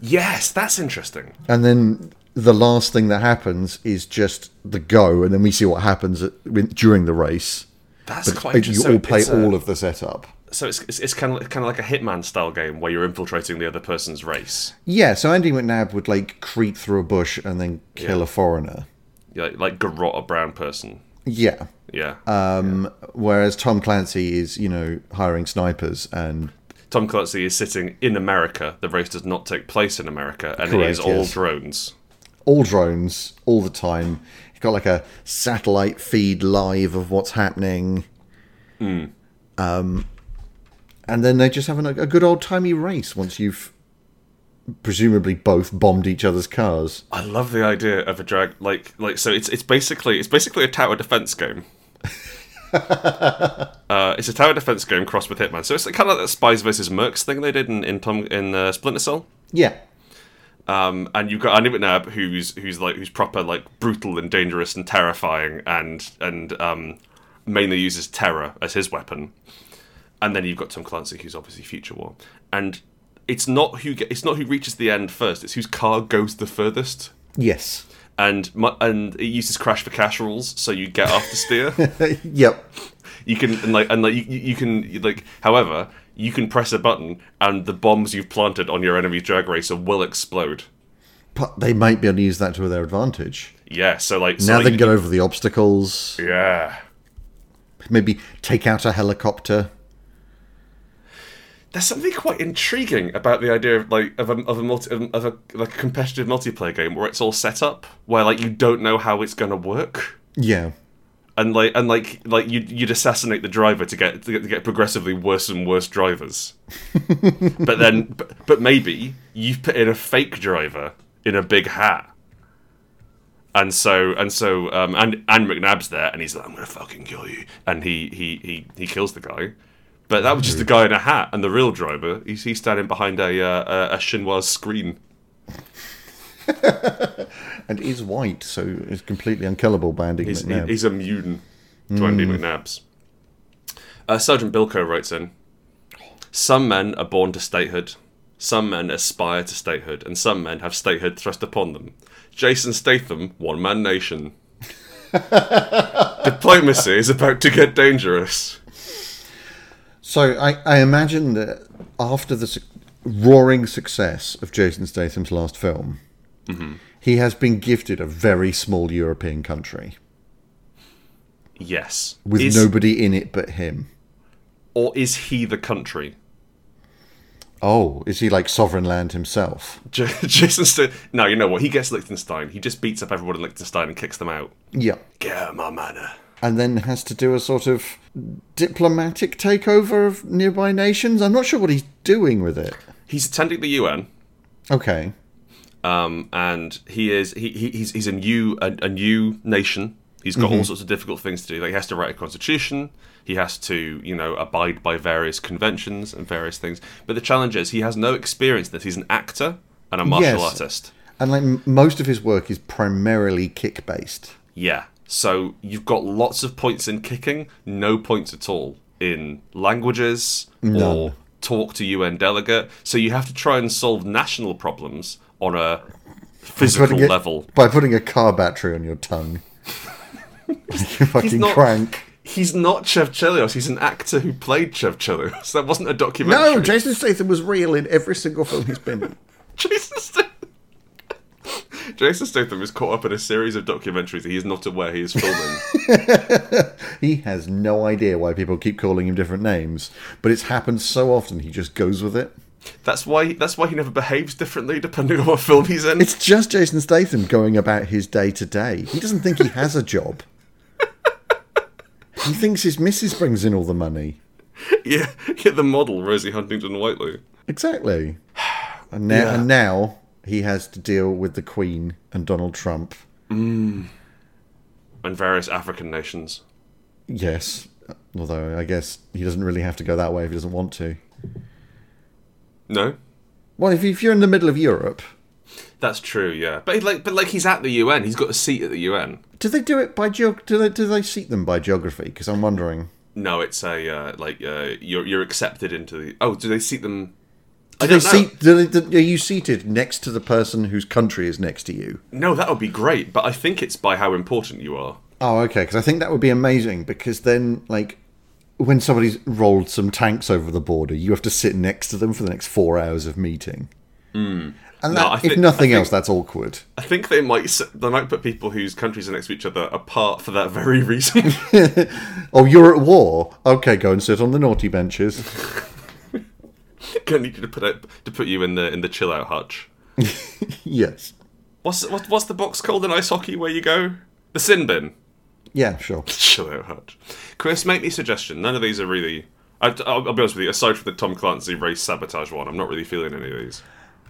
Yes, that's interesting. And then the last thing that happens is just the go, and then we see what happens at, when- during the race. That's quite Like, you interesting. all play It's a- all of the setup. So it's it's, it's kind of kind of like a Hitman style game where you're infiltrating the other person's race. Yeah, so Andy McNabb would like creep through a bush and then kill a foreigner. you like, like garrot a brown person. Yeah. Yeah. Um, Whereas Tom Clancy is, you know, hiring snipers and Tom Clancy is sitting in America. The race does not take place in America, and it Correct, is all yes. drones. all drones all the time. He's got like a satellite feed live of what's happening. Um, and then they just have an, a good old timey race once you've presumably both bombed each other's cars. I love the idea of a drag like like so. It's it's basically it's basically a tower defense game. uh, it's a tower defense game crossed with Hitman, so it's kind of like that spies versus mercs thing they did in in Tom in uh, Splinter Cell. Yeah. Um, and you've got Andy McNabb, who's who's like who's proper like brutal and dangerous and terrifying, and and um, mainly uses terror as his weapon. And then you've got Tom Clancy, who's obviously Future War, and it's not who get, it's not who reaches the end first; it's whose car goes the furthest. Yes. And mu- and it uses crash for cash rules, so you get off the steer. yep. you can and like and like you, you you can you, like however you can press a button, and the bombs you've planted on your enemy drag racer will explode. But they might be able to use that to their advantage. Yeah, so like so now like, they can get over the obstacles. Yeah. Maybe take out a helicopter. There's something quite intriguing about the idea of like of a of a multi, of a like a competitive multiplayer game where it's all set up, where like you don't know how it's gonna work, Yeah. and like and like like you you'd assassinate the driver to get to get, to get progressively worse and worse drivers, but then but, but maybe you've put in a fake driver in a big hat, and so and so um and and McNabb's there and he's like I'm gonna fucking kill you, and he he he he kills the guy. But that was just the guy in a hat, and the real driver, he's, he's standing behind a uh, a, a chinois screen. And it is white, so it's completely unkillable by Andy He's, McNabb. he's immune to Andy McNabb's. Uh, Sergeant Bilko writes in Some men are born to statehood, some men aspire to statehood, and some men have statehood thrust upon them. Jason Statham, one man nation. Diplomacy is about to get dangerous. So I, I imagine that after the suc- roaring success of Jason Statham's last film, he has been gifted a very small European country Yes. with is, nobody in it but him. or is he the country? Oh, is he like sovereign land himself? J- Jason Statham. No, you know what? He gets Liechtenstein. He just beats up everyone in Liechtenstein and kicks them out. Yeah. Get out of my manor. And then has to do a sort of diplomatic takeover of nearby nations. I'm not sure what he's doing with it. He's attending the UN, Okay. um, and he is he, he he's he's a new a, a new nation. He's got all sorts of difficult things to do. Like he has to write a constitution. He has to you know abide by various conventions and various things. But the challenge is he has no experience. in This he's an actor and a martial Yes. artist. And like m- most of his work is primarily kick based. Yeah. So you've got lots of points in kicking, no points at all in languages or talk to UN delegate. So you have to try and solve national problems on a physical level. By putting a car battery on your tongue. you fucking not- crank. He's not Chev Chelios, he's an actor who played Chev Chelios. That wasn't a documentary. No, Jason Statham was real in every single film he's been in. Jason Statham. Jason Statham is caught up in a series of documentaries that he is not aware he is filming. He has no idea why people keep calling him different names, but it's happened so often he just goes with it. that's why that's why he never behaves differently depending on what film he's in. It's just Jason Statham going about his day to day. He doesn't think he has a job. he thinks his missus brings in all the money. yeah, yeah, the model Rosie Huntington Whiteley. Exactly. And now, Yeah. and now he has to deal with the Queen and Donald Trump. and various African nations. Yes. Although I guess he doesn't really have to go that way if he doesn't want to. No, Well, if, if you're in the middle of Europe, that's true. Yeah, but like, but like he's at the UN. He's got a seat at the UN. do they do it by geog? Do they do they seat them by geography? Because I'm wondering. No, it's a uh, like uh, you're you're accepted into the. Oh, do they seat them? I Do they don't know. seat? Do they, do, are you seated next to the person whose country is next to you? No, that would be great. But I think it's by how important you are. Oh, okay. Because I think that would be amazing. Because then, like, when somebody's rolled some tanks over the border, you have to sit next to them for the next four hours of meeting. And Hmm. No, that, I if think- nothing I else, that's awkward. I think they might s- they might put people whose countries are next to each other apart for that very reason. Oh, you're at war. Okay, go and sit on the naughty benches. Gonna need you to put out, to put you in the in the chill out hutch. yes. What's what, what's the box called in ice hockey where you go? The sin bin. Yeah, sure. Chill out, Hutch. Chris, make me a suggestion. None of these are really. I, I'll, I'll be honest with you. Aside from the Tom Clancy race sabotage one, I'm not really feeling any of these.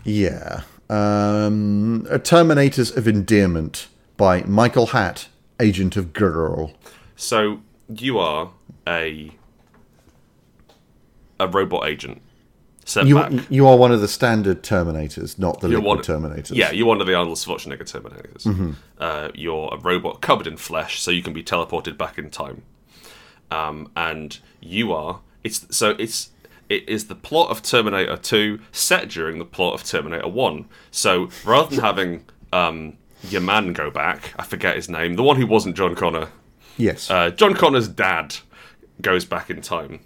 Yeah. Um, Terminators of Endearment by Michael Hatt, Agent of Girl. So you are a a robot agent sent back. You, you are one of the standard Terminators, not the You're liquid one- Terminators. Yeah, you're one of the Arnold Schwarzenegger Terminators. Uh, you're a robot covered in flesh, so you can be teleported back in time. Um, and you are. It's so it's it is the plot of Terminator Two set during the plot of Terminator One. So rather than having um, your man go back, I forget his name, the one who wasn't John Connor Yes. uh, John Connor's dad goes back in time.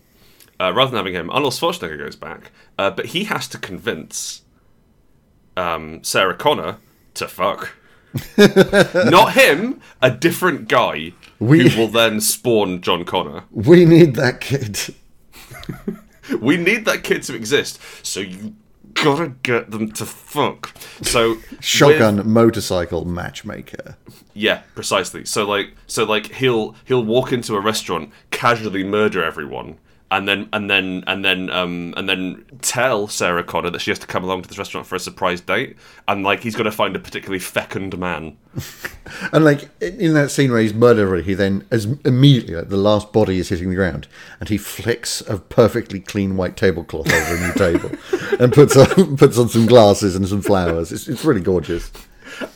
Uh, rather than having him, Arnold Schwarzenegger goes back, uh, but he has to convince um, Sarah Connor to fuck. Not him, a different guy We- who will then spawn John Connor. we need that kid. We need that kid to exist, so you gotta get them to fuck. So with- Shotgun motorcycle matchmaker. Yeah, precisely. So like, so like, he'll he'll walk into a restaurant, casually murder everyone, and then and then and then um and then tell Sarah Connor that she has to come along to this restaurant for a surprise date, and like he's got to find a particularly fecund man. And like in in that scene where he's murdering, he then as immediately like the last body is hitting the ground, and he flicks a perfectly clean white tablecloth over a new table, and puts on puts on some glasses and some flowers. It's it's really gorgeous.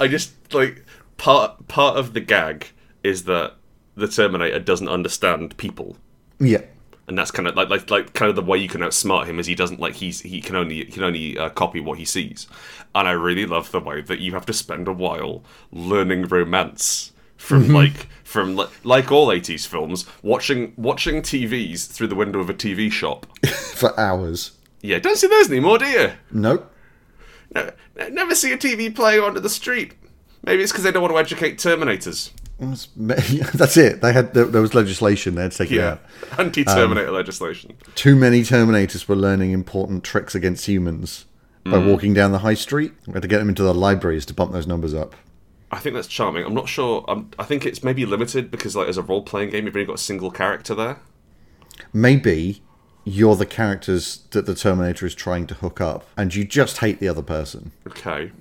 I just like part part of the gag is that the Terminator doesn't understand people. Yeah, And that's kind of like, like, like kind of the way you can outsmart him is he doesn't like he's he can only he can only uh, copy what he sees, and I really love the way that you have to spend a while learning romance from like from like, like all eighties films watching watching TVs through the window of a TV shop for hours. Yeah, don't see those anymore, do you? Nope. No, ne- never see a TV player onto the street. Maybe it's because they don't want to educate Terminators. That's that's it. They had there, there was legislation they had to take it Yeah, out. anti-Terminator legislation. Too many Terminators were learning important tricks against humans by Mm. walking down the high street. We had to get them into the libraries to bump those numbers up. I think that's charming. I'm not sure. I'm, I think it's maybe limited because, like, as a role-playing game, you've only got a single character there. Maybe you're the characters that the Terminator is trying to hook up, and you just hate the other person. Okay.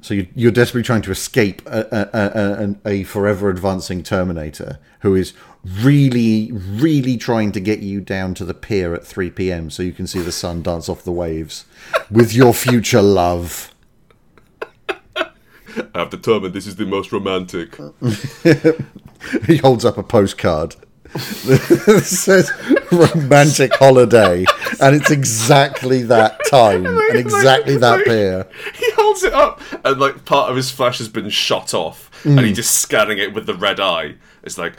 So you, you're desperately trying to escape a, a, a, a, a forever advancing Terminator who is really, really trying to get you down to the pier at 3 p.m. so you can see the sun dance off the waves with your future love. I've determined this is the most romantic. He holds up a postcard that says romantic holiday, and it's exactly that time and exactly that pier. He holds it up, and like part of his flash has been shot off, and he's just scanning it with the red eye. It's like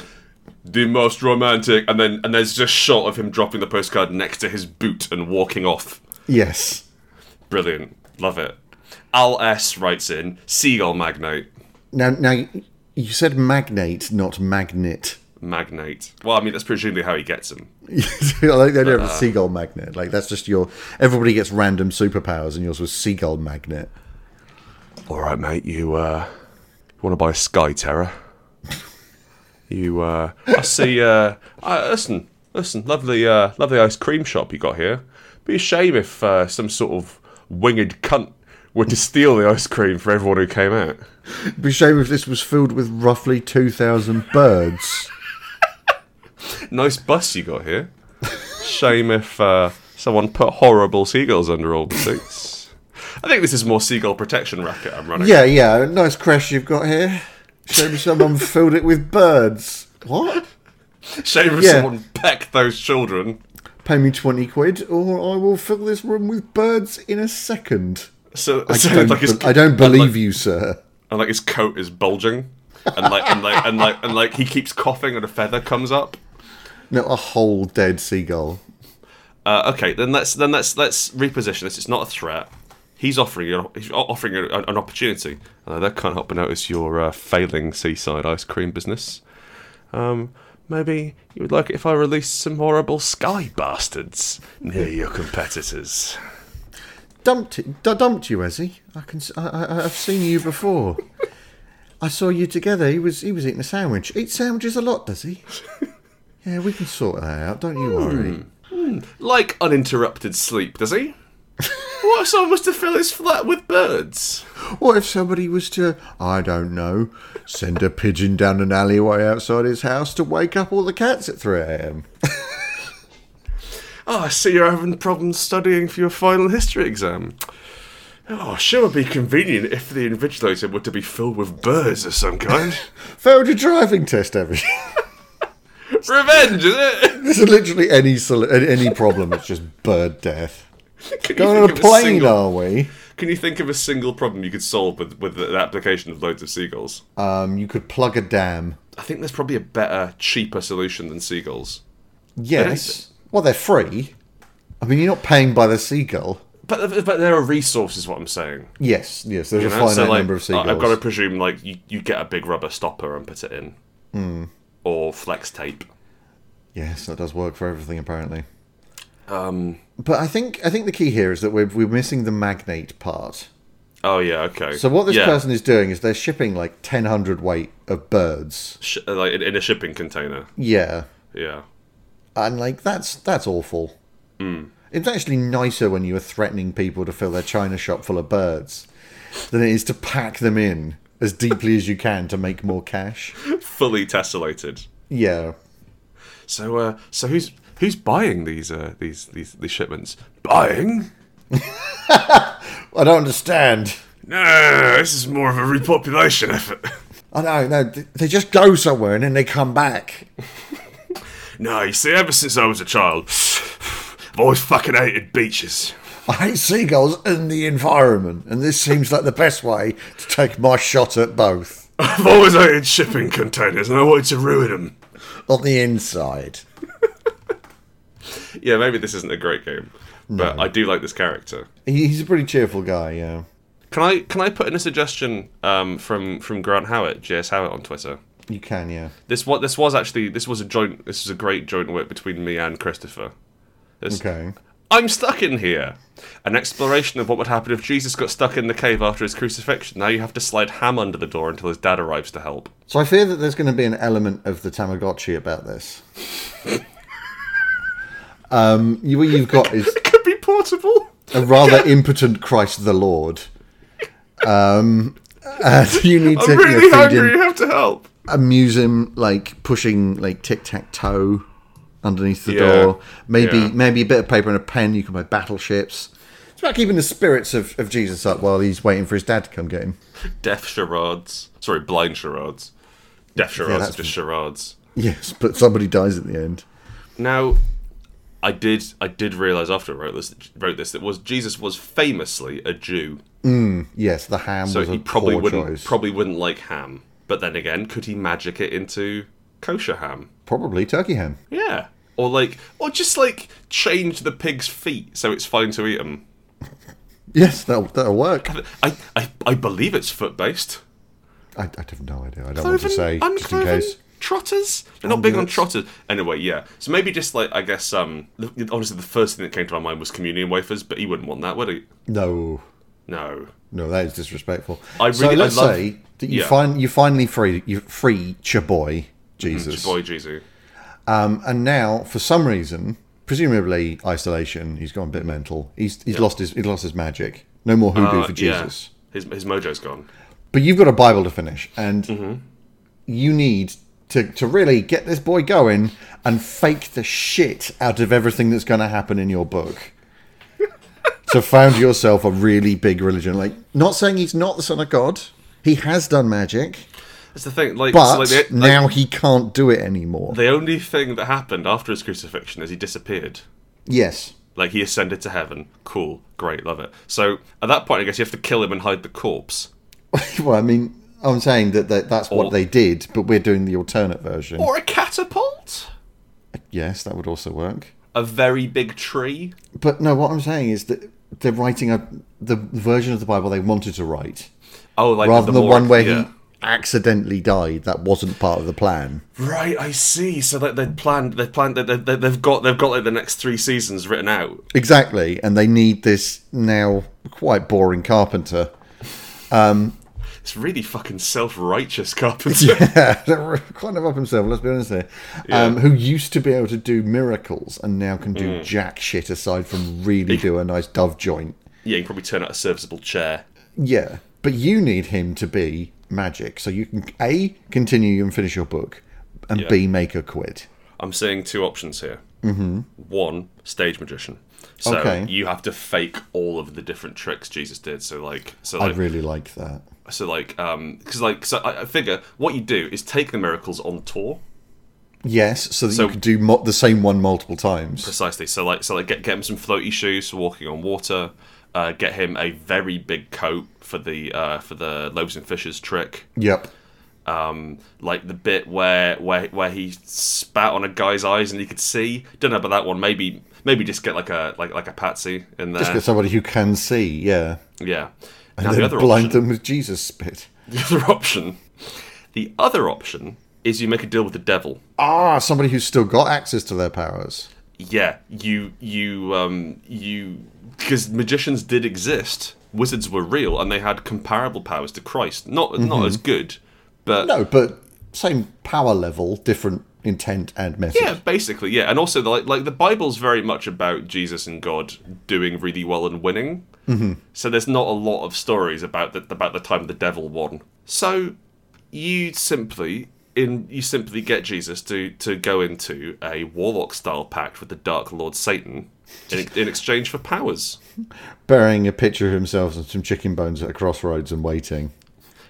the most romantic, and then and there's just shot of him dropping the postcard next to his boot and walking off. Yes. Brilliant, love it. Al S writes in seagull magnate, Now, now you said magnate, not magnet. magnate. Well, I mean that's presumably how he gets him. I like the idea of a seagull magnet. Like that's just your everybody gets random superpowers, and yours was seagull magnet. All right, mate. You uh, you want to buy Sky Terror? you uh, I see. Uh, uh, listen, listen. Lovely, uh, lovely ice cream shop you got here. Be a shame if uh, some sort of winged cunt were to steal the ice cream for everyone who came out. It'd be a shame if this was filled with roughly two thousand birds. Nice bus you got here. Shame if uh, someone put horrible seagulls under all the seats. I think this is more seagull protection racket I'm running. yeah, yeah, nice crash you've got here. Shame if someone filled it with birds. What? Shame if yeah. someone pecked those children. Pay me twenty quid, or I will fill this room with birds in a second. So, I so, don't, like, it's- be- I don't and, like, believe you, sir. and like his coat is bulging, and like and like and like and like he keeps coughing, and a feather comes up. No, a whole dead seagull. Uh, okay, then let's then let's let's reposition this. It's not a threat. He's offering you he's o- offering you an, an opportunity. Uh, that can't help but notice your uh, failing seaside ice cream business. Um, maybe you would like it if I released some horrible sky bastards near your competitors. dumped d- dumped you, has he? I can s- I, I, have seen you before. I saw you together. He was he was eating a sandwich. Eat sandwiches a lot, does he? Yeah, we can sort that out. Don't you Hmm. worry. Like uninterrupted sleep, does he? what if someone was to fill his flat with birds? What if somebody was to I don't know send a pigeon down an alleyway outside his house to wake up all the cats at three a.m. Oh, I see you're having problems studying for your final history exam. Oh, sure would be convenient if the invigilator were to be filled with birds of some kind. Failed your driving test, every. Revenge, is it? This is literally any sol- any problem. It's just bird death. Can you Going on a think of plane, single, are we? Can you think of a single problem you could solve with, with the application of loads of seagulls? Um, you could plug a dam. I think there's probably a better, cheaper solution than seagulls. Yes. Well, they're free. I mean, you're not paying by the seagull. But, but there are resources, what I'm saying. Yes, yes. There's You a know? finite So, like, number of seagulls. I- I've got to presume, like, you, you get a big rubber stopper and put it in. Hmm. Or flex tape. Yes, that does work for everything apparently. Um, Um, but I think I think the key here is that we're we're missing the magnate part. Oh, yeah, okay. So what this yeah. person is doing is they're shipping like ten hundred weight of birds. sh- uh, like in, in a shipping container. Yeah, Yeah. and like that's that's awful. Hmm. It's actually nicer when you are threatening people to fill their china shop full of birds than it is to pack them in as deeply as you can to make more cash. Fully tessellated. Yeah. So uh so who's who's buying these uh these these, these shipments? Buying? I don't understand. No, this is more of a repopulation effort. I know, no, th- they just go somewhere and then they come back. no, you see, ever since I was a child, I've always fucking hated beaches. I hate seagulls and the environment, and this seems like the best way to take my shot at both I've always hated shipping containers, and I wanted to ruin them. on the inside. Yeah, maybe this isn't a great game. but I do like this character. He- He's a pretty cheerful guy, yeah. Can I can I put in a suggestion um, from from Grant Howard, JS Howard on Twitter? You can, yeah. This what this was actually this was a joint this was a great joint work between me and Christopher. This- Okay. I'm stuck in here. An exploration of what would happen if Jesus got stuck in the cave after his crucifixion. Now you have to slide Ham under the door until his dad arrives to help. So I fear that there's going to be an element of the Tamagotchi about this. um, you, what you've got is It could be portable. a rather impotent Christ the Lord. Um, and you need to I'm you know, really feed hungry. him, You have to help. amuse him, like pushing like tic tac toe underneath the Yeah. door. Maybe Yeah. maybe a bit of paper and a pen. You can buy battleships. It's about keeping the spirits of, of Jesus up while he's waiting for his dad to come get him. Deaf charades. Sorry, blind charades. Deaf charades are that's- just charades. Yes, but somebody dies at the end. Now, I did I did realize after I wrote this wrote this that was Jesus was famously a Jew, Yes, the ham so was a he probably poor wouldn't choice. probably wouldn't like ham. But then again, could he magic it into kosher ham? probably turkey ham. Yeah, or like or just like change the pig's feet so it's fine to eat them. Yes, that'll, that'll work. I I, I believe it's foot based. I, I have no idea. I don't want to say, just in uncloven case. trotters. They're not big on Ungulates. trotters. Anyway, yeah. So maybe just like I guess um the- honestly the first thing that came to my mind was communion wafers, but he wouldn't want that, would he? No, No. no, that is disrespectful. I so really- I let's love- say that you yeah. find you finally free you free Chaboy Jesus, Boy Jesus. Um, and now for some reason, presumably isolation, he's gone a bit mental. He's he's lost his he lost his magic. No more hoodoo Uh, for yeah. Jesus. His his mojo's gone. But you've got a Bible to finish, and Mm-hmm. you need to, to really get this boy going and fake the shit out of everything that's going to happen in your book. to found yourself a really big religion. Like, not saying he's not the son of God, he has done magic, That's the thing. Like, but so, like, the, like, now he can't do it anymore. the only thing that happened after his crucifixion is he disappeared. yes. Like he ascended to heaven. Cool, great, love it. So at that point, I guess you have to kill him and hide the corpse. well, I mean, I'm saying that, that that's Or- what they did, but we're doing the alternate version. Or a catapult? yes, that would also work. A very big tree? But no, what I'm saying is that they're writing a the version of the Bible they wanted to write, Oh, like rather the, than the more- one where yeah. he accidentally died. That wasn't part of the plan. Right, I see. So like they planned, they planned, they, they, they've got, they've got like the next three seasons written out. Exactly, and they need this now quite boring carpenter. It's really fucking self-righteous carpenter. They're kind of up himself. Let's be honest here. Um, who used to be able to do miracles and now can Mm. do jack shit aside from really do a nice dove joint. yeah, you can probably turn out a serviceable chair. Yeah, but you need him to be magic, so you can a continue and finish your book, and Yeah. b make a quid. I'm seeing two options here. Mm-hmm. One, stage magician. So Okay. you have to fake all of the different tricks Jesus did. So like, so I like, really like that. so like, um, because like, so I, I figure what you do is take the miracles on tour. Yes, so that So- you could do mo- the same one multiple times. Precisely. So like, so like, get get him some floaty shoes for walking on water. Uh, get him a very big coat for the uh, for the loaves and fishes trick. Yep. Um, like the bit where where where he spat on a guy's eyes and he could see. Don't know about that one. Maybe maybe just get like a like like a patsy in there. Just get somebody who can see, yeah. yeah. And Now then the other blind option. them with Jesus spit. The other option. The other option is you make a deal with the devil. Ah, somebody who's still got access to their powers. yeah, you you um you because magicians did exist, wizards were real, and they had comparable powers to Christ. Not not as good, but Mm-hmm. No, but same power level, different intent and message. yeah, basically yeah. And also the, like like the Bible's very much about Jesus and God doing really well and winning. Mm-hmm. So there's not a lot of stories about the about the time the devil won. So you simply. In, you simply get Jesus to, to go into a warlock style pact with the Dark Lord Satan in, in exchange for powers. Burying a picture of himself and some chicken bones at a crossroads and waiting.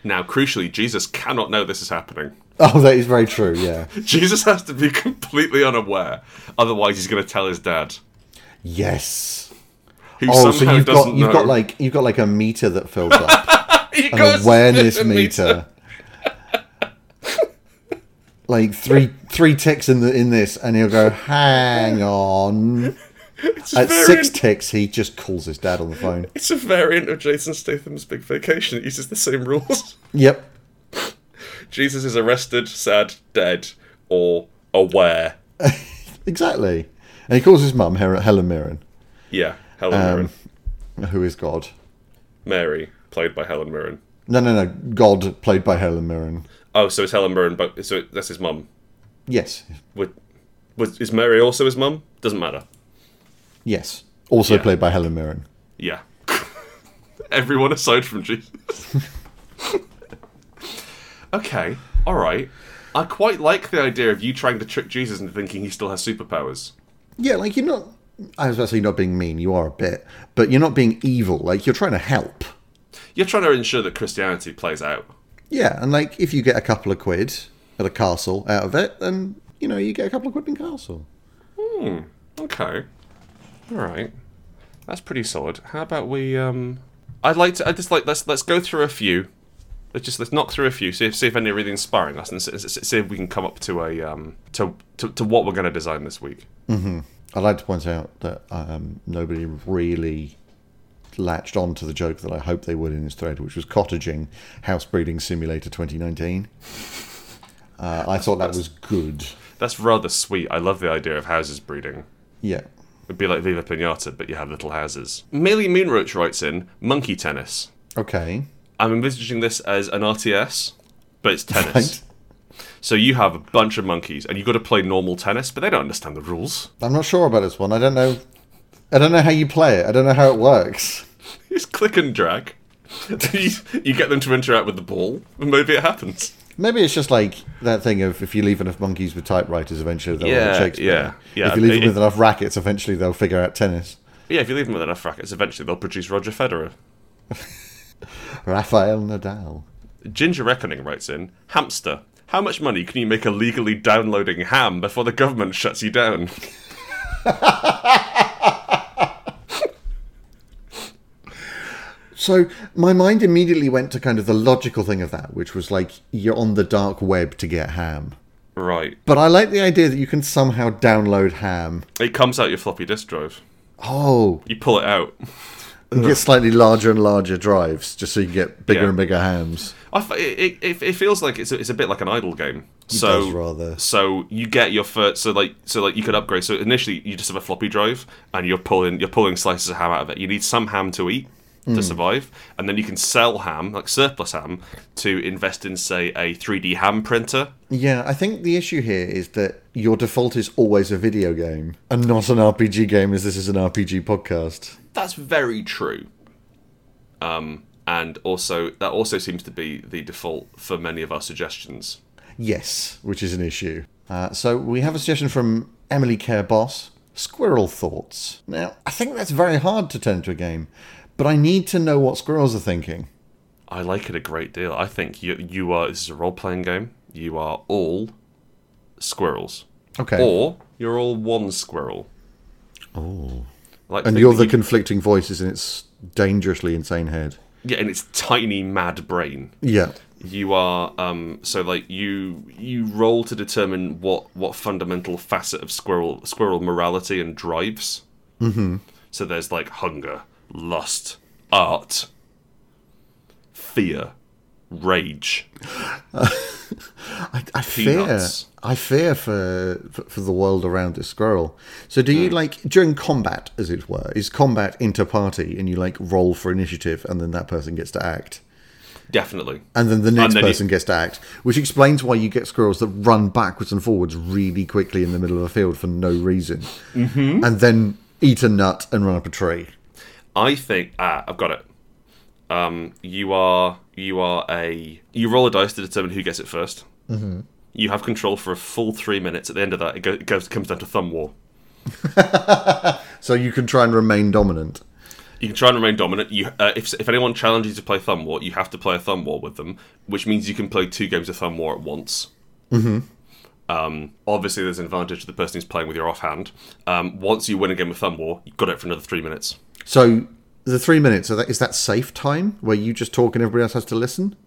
Now, crucially, Jesus cannot know this is happening. Oh, that is very true, yeah. Jesus has to be completely unaware, otherwise he's going to tell his dad, yes. who Oh, so somehow you've doesn't got you've know. got like you've got like a meter that fills up, He an goes- awareness meter. like three three ticks in the in this, and he'll go, "Hang on, It's a At six variant. ticks, he just calls his dad on the phone. It's a variant of Jason Statham's Big Vacation. It uses the same rules. Yep. Jesus is arrested, sad, dead, or aware. Exactly. And he calls his mum, Her- Helen Mirren, Yeah, Helen Mirren. who is God. Mary, played by Helen Mirren. No, no, no. God, played by Helen Mirren. Oh, so it's Helen Mirren, but so that's his mum. Yes. Would, would, is Mary also his mum? Doesn't matter. Yes. Also Yeah. played by Helen Mirren. Yeah. Everyone aside from Jesus. okay, alright. I quite like the idea of you trying to trick Jesus into thinking he still has superpowers. Yeah, like you're not. I was about to say you're not being mean. You are a bit, but you're not being evil. Like you're trying to help. You're trying to ensure that Christianity plays out. Yeah, and like if you get a couple of quid at a castle out of it, then you know you get a couple of quid in castle. Okay. Alright. That's pretty solid. How about we um I'd like to I just like let's let's go through a few. Let's just let's knock through a few, see if see if any are really inspiring us and see, see if we can come up to a um to to, to what we're gonna design this week. I'd like to point out that um, nobody really latched on to the joke that I hope they would in this thread, which was cottaging house breeding simulator 2019. Uh, I thought that was good. That's rather sweet. I love the idea of houses breeding. Yeah. It'd be like Viva Pinata, but you have little houses. Millie Moonroach writes in Monkey Tennis. Okay. I'm envisaging this as an RTS, but it's tennis. Right. So you have a bunch of monkeys, and you've got to play normal tennis, but they don't understand the rules. I'm not sure about this one. I don't know. I don't know how you play it. I don't know how it works. You just click and drag. you, you get them to interact with the ball, and maybe it happens. Maybe it's just like that thing of if you leave enough monkeys with typewriters, eventually they'll Yeah, learn Shakespeare. yeah, yeah. If you leave them It- with enough rackets, eventually they'll figure out tennis. But yeah, if you leave them with enough rackets, eventually they'll produce Roger Federer. Rafael Nadal. Ginger Reckoning writes in Hamster. How much money can you make illegally downloading ham before the government shuts you down? So my mind immediately went to kind of the logical thing of that, which was like you're on the dark web to get ham. Right. But I like the idea that you can somehow download ham. It comes out your floppy disk drive. Oh, You pull it out. and get slightly larger and larger drives just so you can get bigger Yeah. and bigger hams. I f- it, it, it feels like it's a, it's a bit like an idle game. So does rather. so you get your first so like so like you could upgrade. So initially you just have a floppy drive and you're pulling you're pulling slices of ham out of it. You need some ham to eat to survive, and then you can sell ham like surplus ham to invest in say a 3D ham printer. Yeah, I think the issue here is that your default is always a video game and not an RPG game, as this is an RPG podcast. That's very true. Um, and also that also seems to be the default for many of our suggestions. Yes, which is an issue. Uh, so we have a suggestion from Emily Care Boss Squirrel Thoughts. Now, I think that's very hard to turn into a game, but I need to know what squirrels are thinking. I like it a great deal. I think you you are this is a role playing game. You are all squirrels, Okay. or you're all one squirrel. Oh, like and think you're that the you- conflicting voices in its dangerously insane head. yeah, in its tiny mad brain. Yeah. You are um so like you you roll to determine what what fundamental facet of squirrel squirrel morality and drives. Mm-hmm. So there's like hunger, lust, art, fear, rage. I, I fear. Peanuts. I fear for, for for the world around this squirrel. So, do Hmm. you like during combat, as it were, is combat inter-party, and you like roll for initiative, and then that person gets to act, Definitely. and then the next then you- person gets to act, which explains why you get squirrels that run backwards and forwards really quickly in the middle of a field for no reason, mm-hmm. and then eat a nut and run up a tree. I think ah, I've got it. Um, you are you are a you roll a dice to determine who gets it 1st Mm-hmm. You have control for a full three minutes. At the end of that, it, go, it goes comes down to thumb war. So you can try and remain dominant. You can try and remain dominant. You uh, if if anyone challenges you to play thumb war, you have to play a thumb war with them, which means you can play two games of thumb war at once. Mm-hmm. Um, obviously, there's an advantage to the person who's playing with your offhand. Um, once you win a game of thumb war, you've got it for another three minutes. So the three minutes are that is that safe time where you just talk and everybody else has to listen.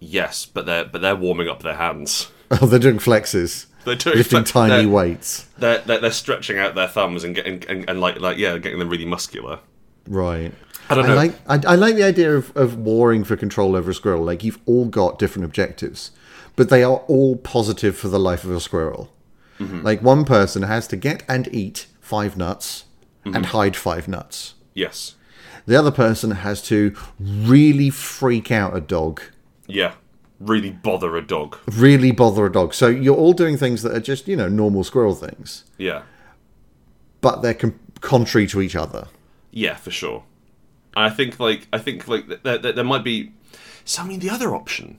Yes, but they're but they're warming up their hands. Oh, they're doing flexes. They do. lifting but tiny they're, weights. They're, they're, they're stretching out their thumbs and getting and, and like like yeah, getting them really muscular. Right. I don't I know. like I, I like the idea of, of warring for control over a squirrel. Like you've all got different objectives, but they are all positive for the life of a squirrel. Mm-hmm. Like one person has to get and eat five nuts Mm-hmm. and hide five nuts. yes. The other person has to really freak out a dog, Yeah. Really bother a dog. really bother a dog. So you're all doing things that are just you know normal squirrel things, Yeah. but they're com- contrary to each other. Yeah, for sure. I think like I think like th- th- th- there might be. So I mean, the other option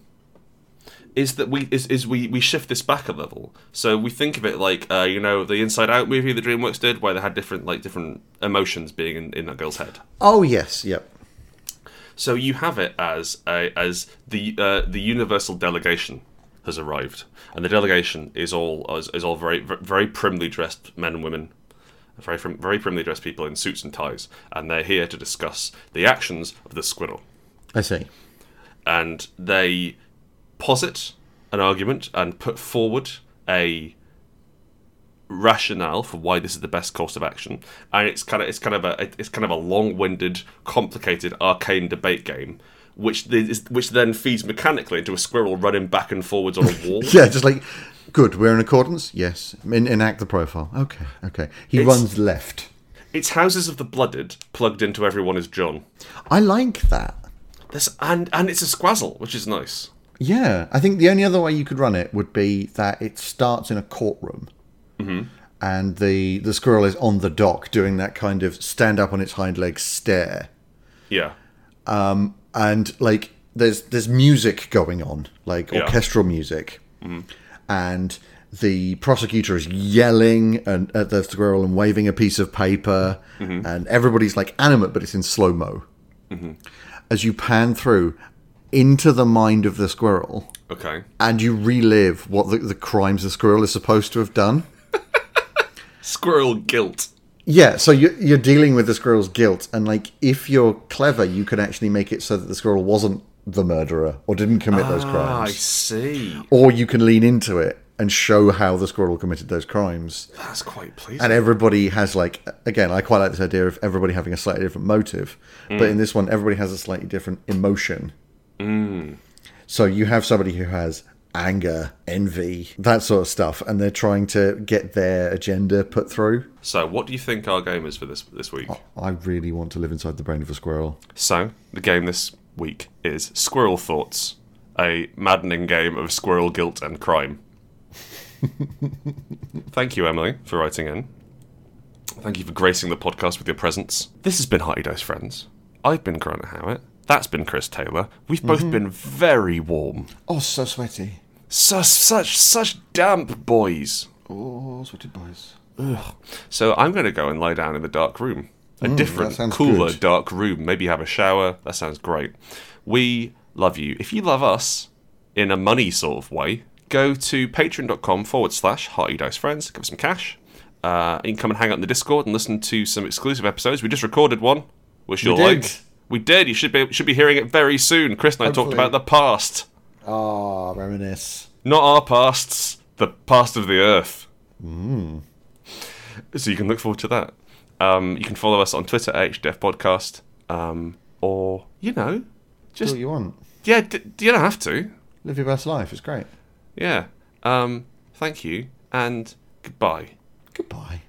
is that we is, is we we shift this back a level. So we think of it like uh, you know the Inside Out movie that DreamWorks did, where they had different like different emotions being in, in that girl's head. Oh yes, yep. So you have it as a, as the uh, the universal delegation has arrived, and the delegation is all is, is all very very primly dressed men and women, very prim, very primly dressed people in suits and ties, and they're here to discuss the actions of the squirrel, I see. and they posit an argument and put forward a rationale for why this is the best course of action and it's kind of it's kind of a it's kind of a long-winded complicated arcane debate game which th- is, which then feeds mechanically into a squirrel running back and forwards on a wall Yeah, just like, good, we're in accordance? Yes. En- enact the profile. Okay, okay. He It's- runs left. it's houses of the blooded plugged into everyone is john I like that. this and and it's a squazzle which is nice Yeah, I think the only other way you could run it would be that it starts in a courtroom. Mm-hmm. And the, the squirrel is on the dock doing that kind of stand up on its hind legs stare. yeah and like there's there's music going on like Yeah. orchestral music and the prosecutor is yelling and at the squirrel and waving a piece of paper and everybody's like animate but it's in slow mo as you pan through into the mind of the squirrel okay and you relive what the, the crimes the squirrel is supposed to have done squirrel guilt Yeah, so you're, you're dealing with the squirrel's guilt, and like if you're clever, you can actually make it so that the squirrel wasn't the murderer or didn't commit those ah, i crimes, see or you can lean into it and show how the squirrel committed those crimes. that's quite pleasing And everybody has like again, I quite like this idea of everybody having a slightly different motive, Mm. but in this one, everybody has a slightly different emotion. Mm. So you have somebody who has anger, envy, that sort of stuff, and they're trying to get their agenda put through. so what do you think our game is for this this week I really want to live inside the brain of a squirrel. So, the game this week is Squirrel Thoughts, a maddening game of squirrel guilt and crime. Thank you, Emily, for writing in. Thank you for gracing the podcast with your presence. This has been Hearty Dice Friends. I've been Grant Howitt. That's been Chris Taylor. We've both been very warm. Oh, so sweaty. Such, such, such damp boys. Oh, sweaty boys. So I'm going to go and lie down in the dark room. A different, Mm, sounds cooler, good. dark room. Maybe have a shower. That sounds great. We love you. If you love us in a money sort of way, go to patreon.com forward slash hearty dice friends. Give us some cash. Uh, you can come and hang out in the Discord and listen to some exclusive episodes. We just recorded one, which you'll did. like. We did. You should be should be hearing it very soon. Chris and I talked Hopefully. about the past, Ah, reminisce. not our pasts, the past of the earth. so you can look forward to that. Um, you can follow us on Twitter at HDF Podcast, um, or you know, Do just what you want. yeah, d- you don't have to. Live your best life. It's great. Yeah. Um, thank you and goodbye. Goodbye.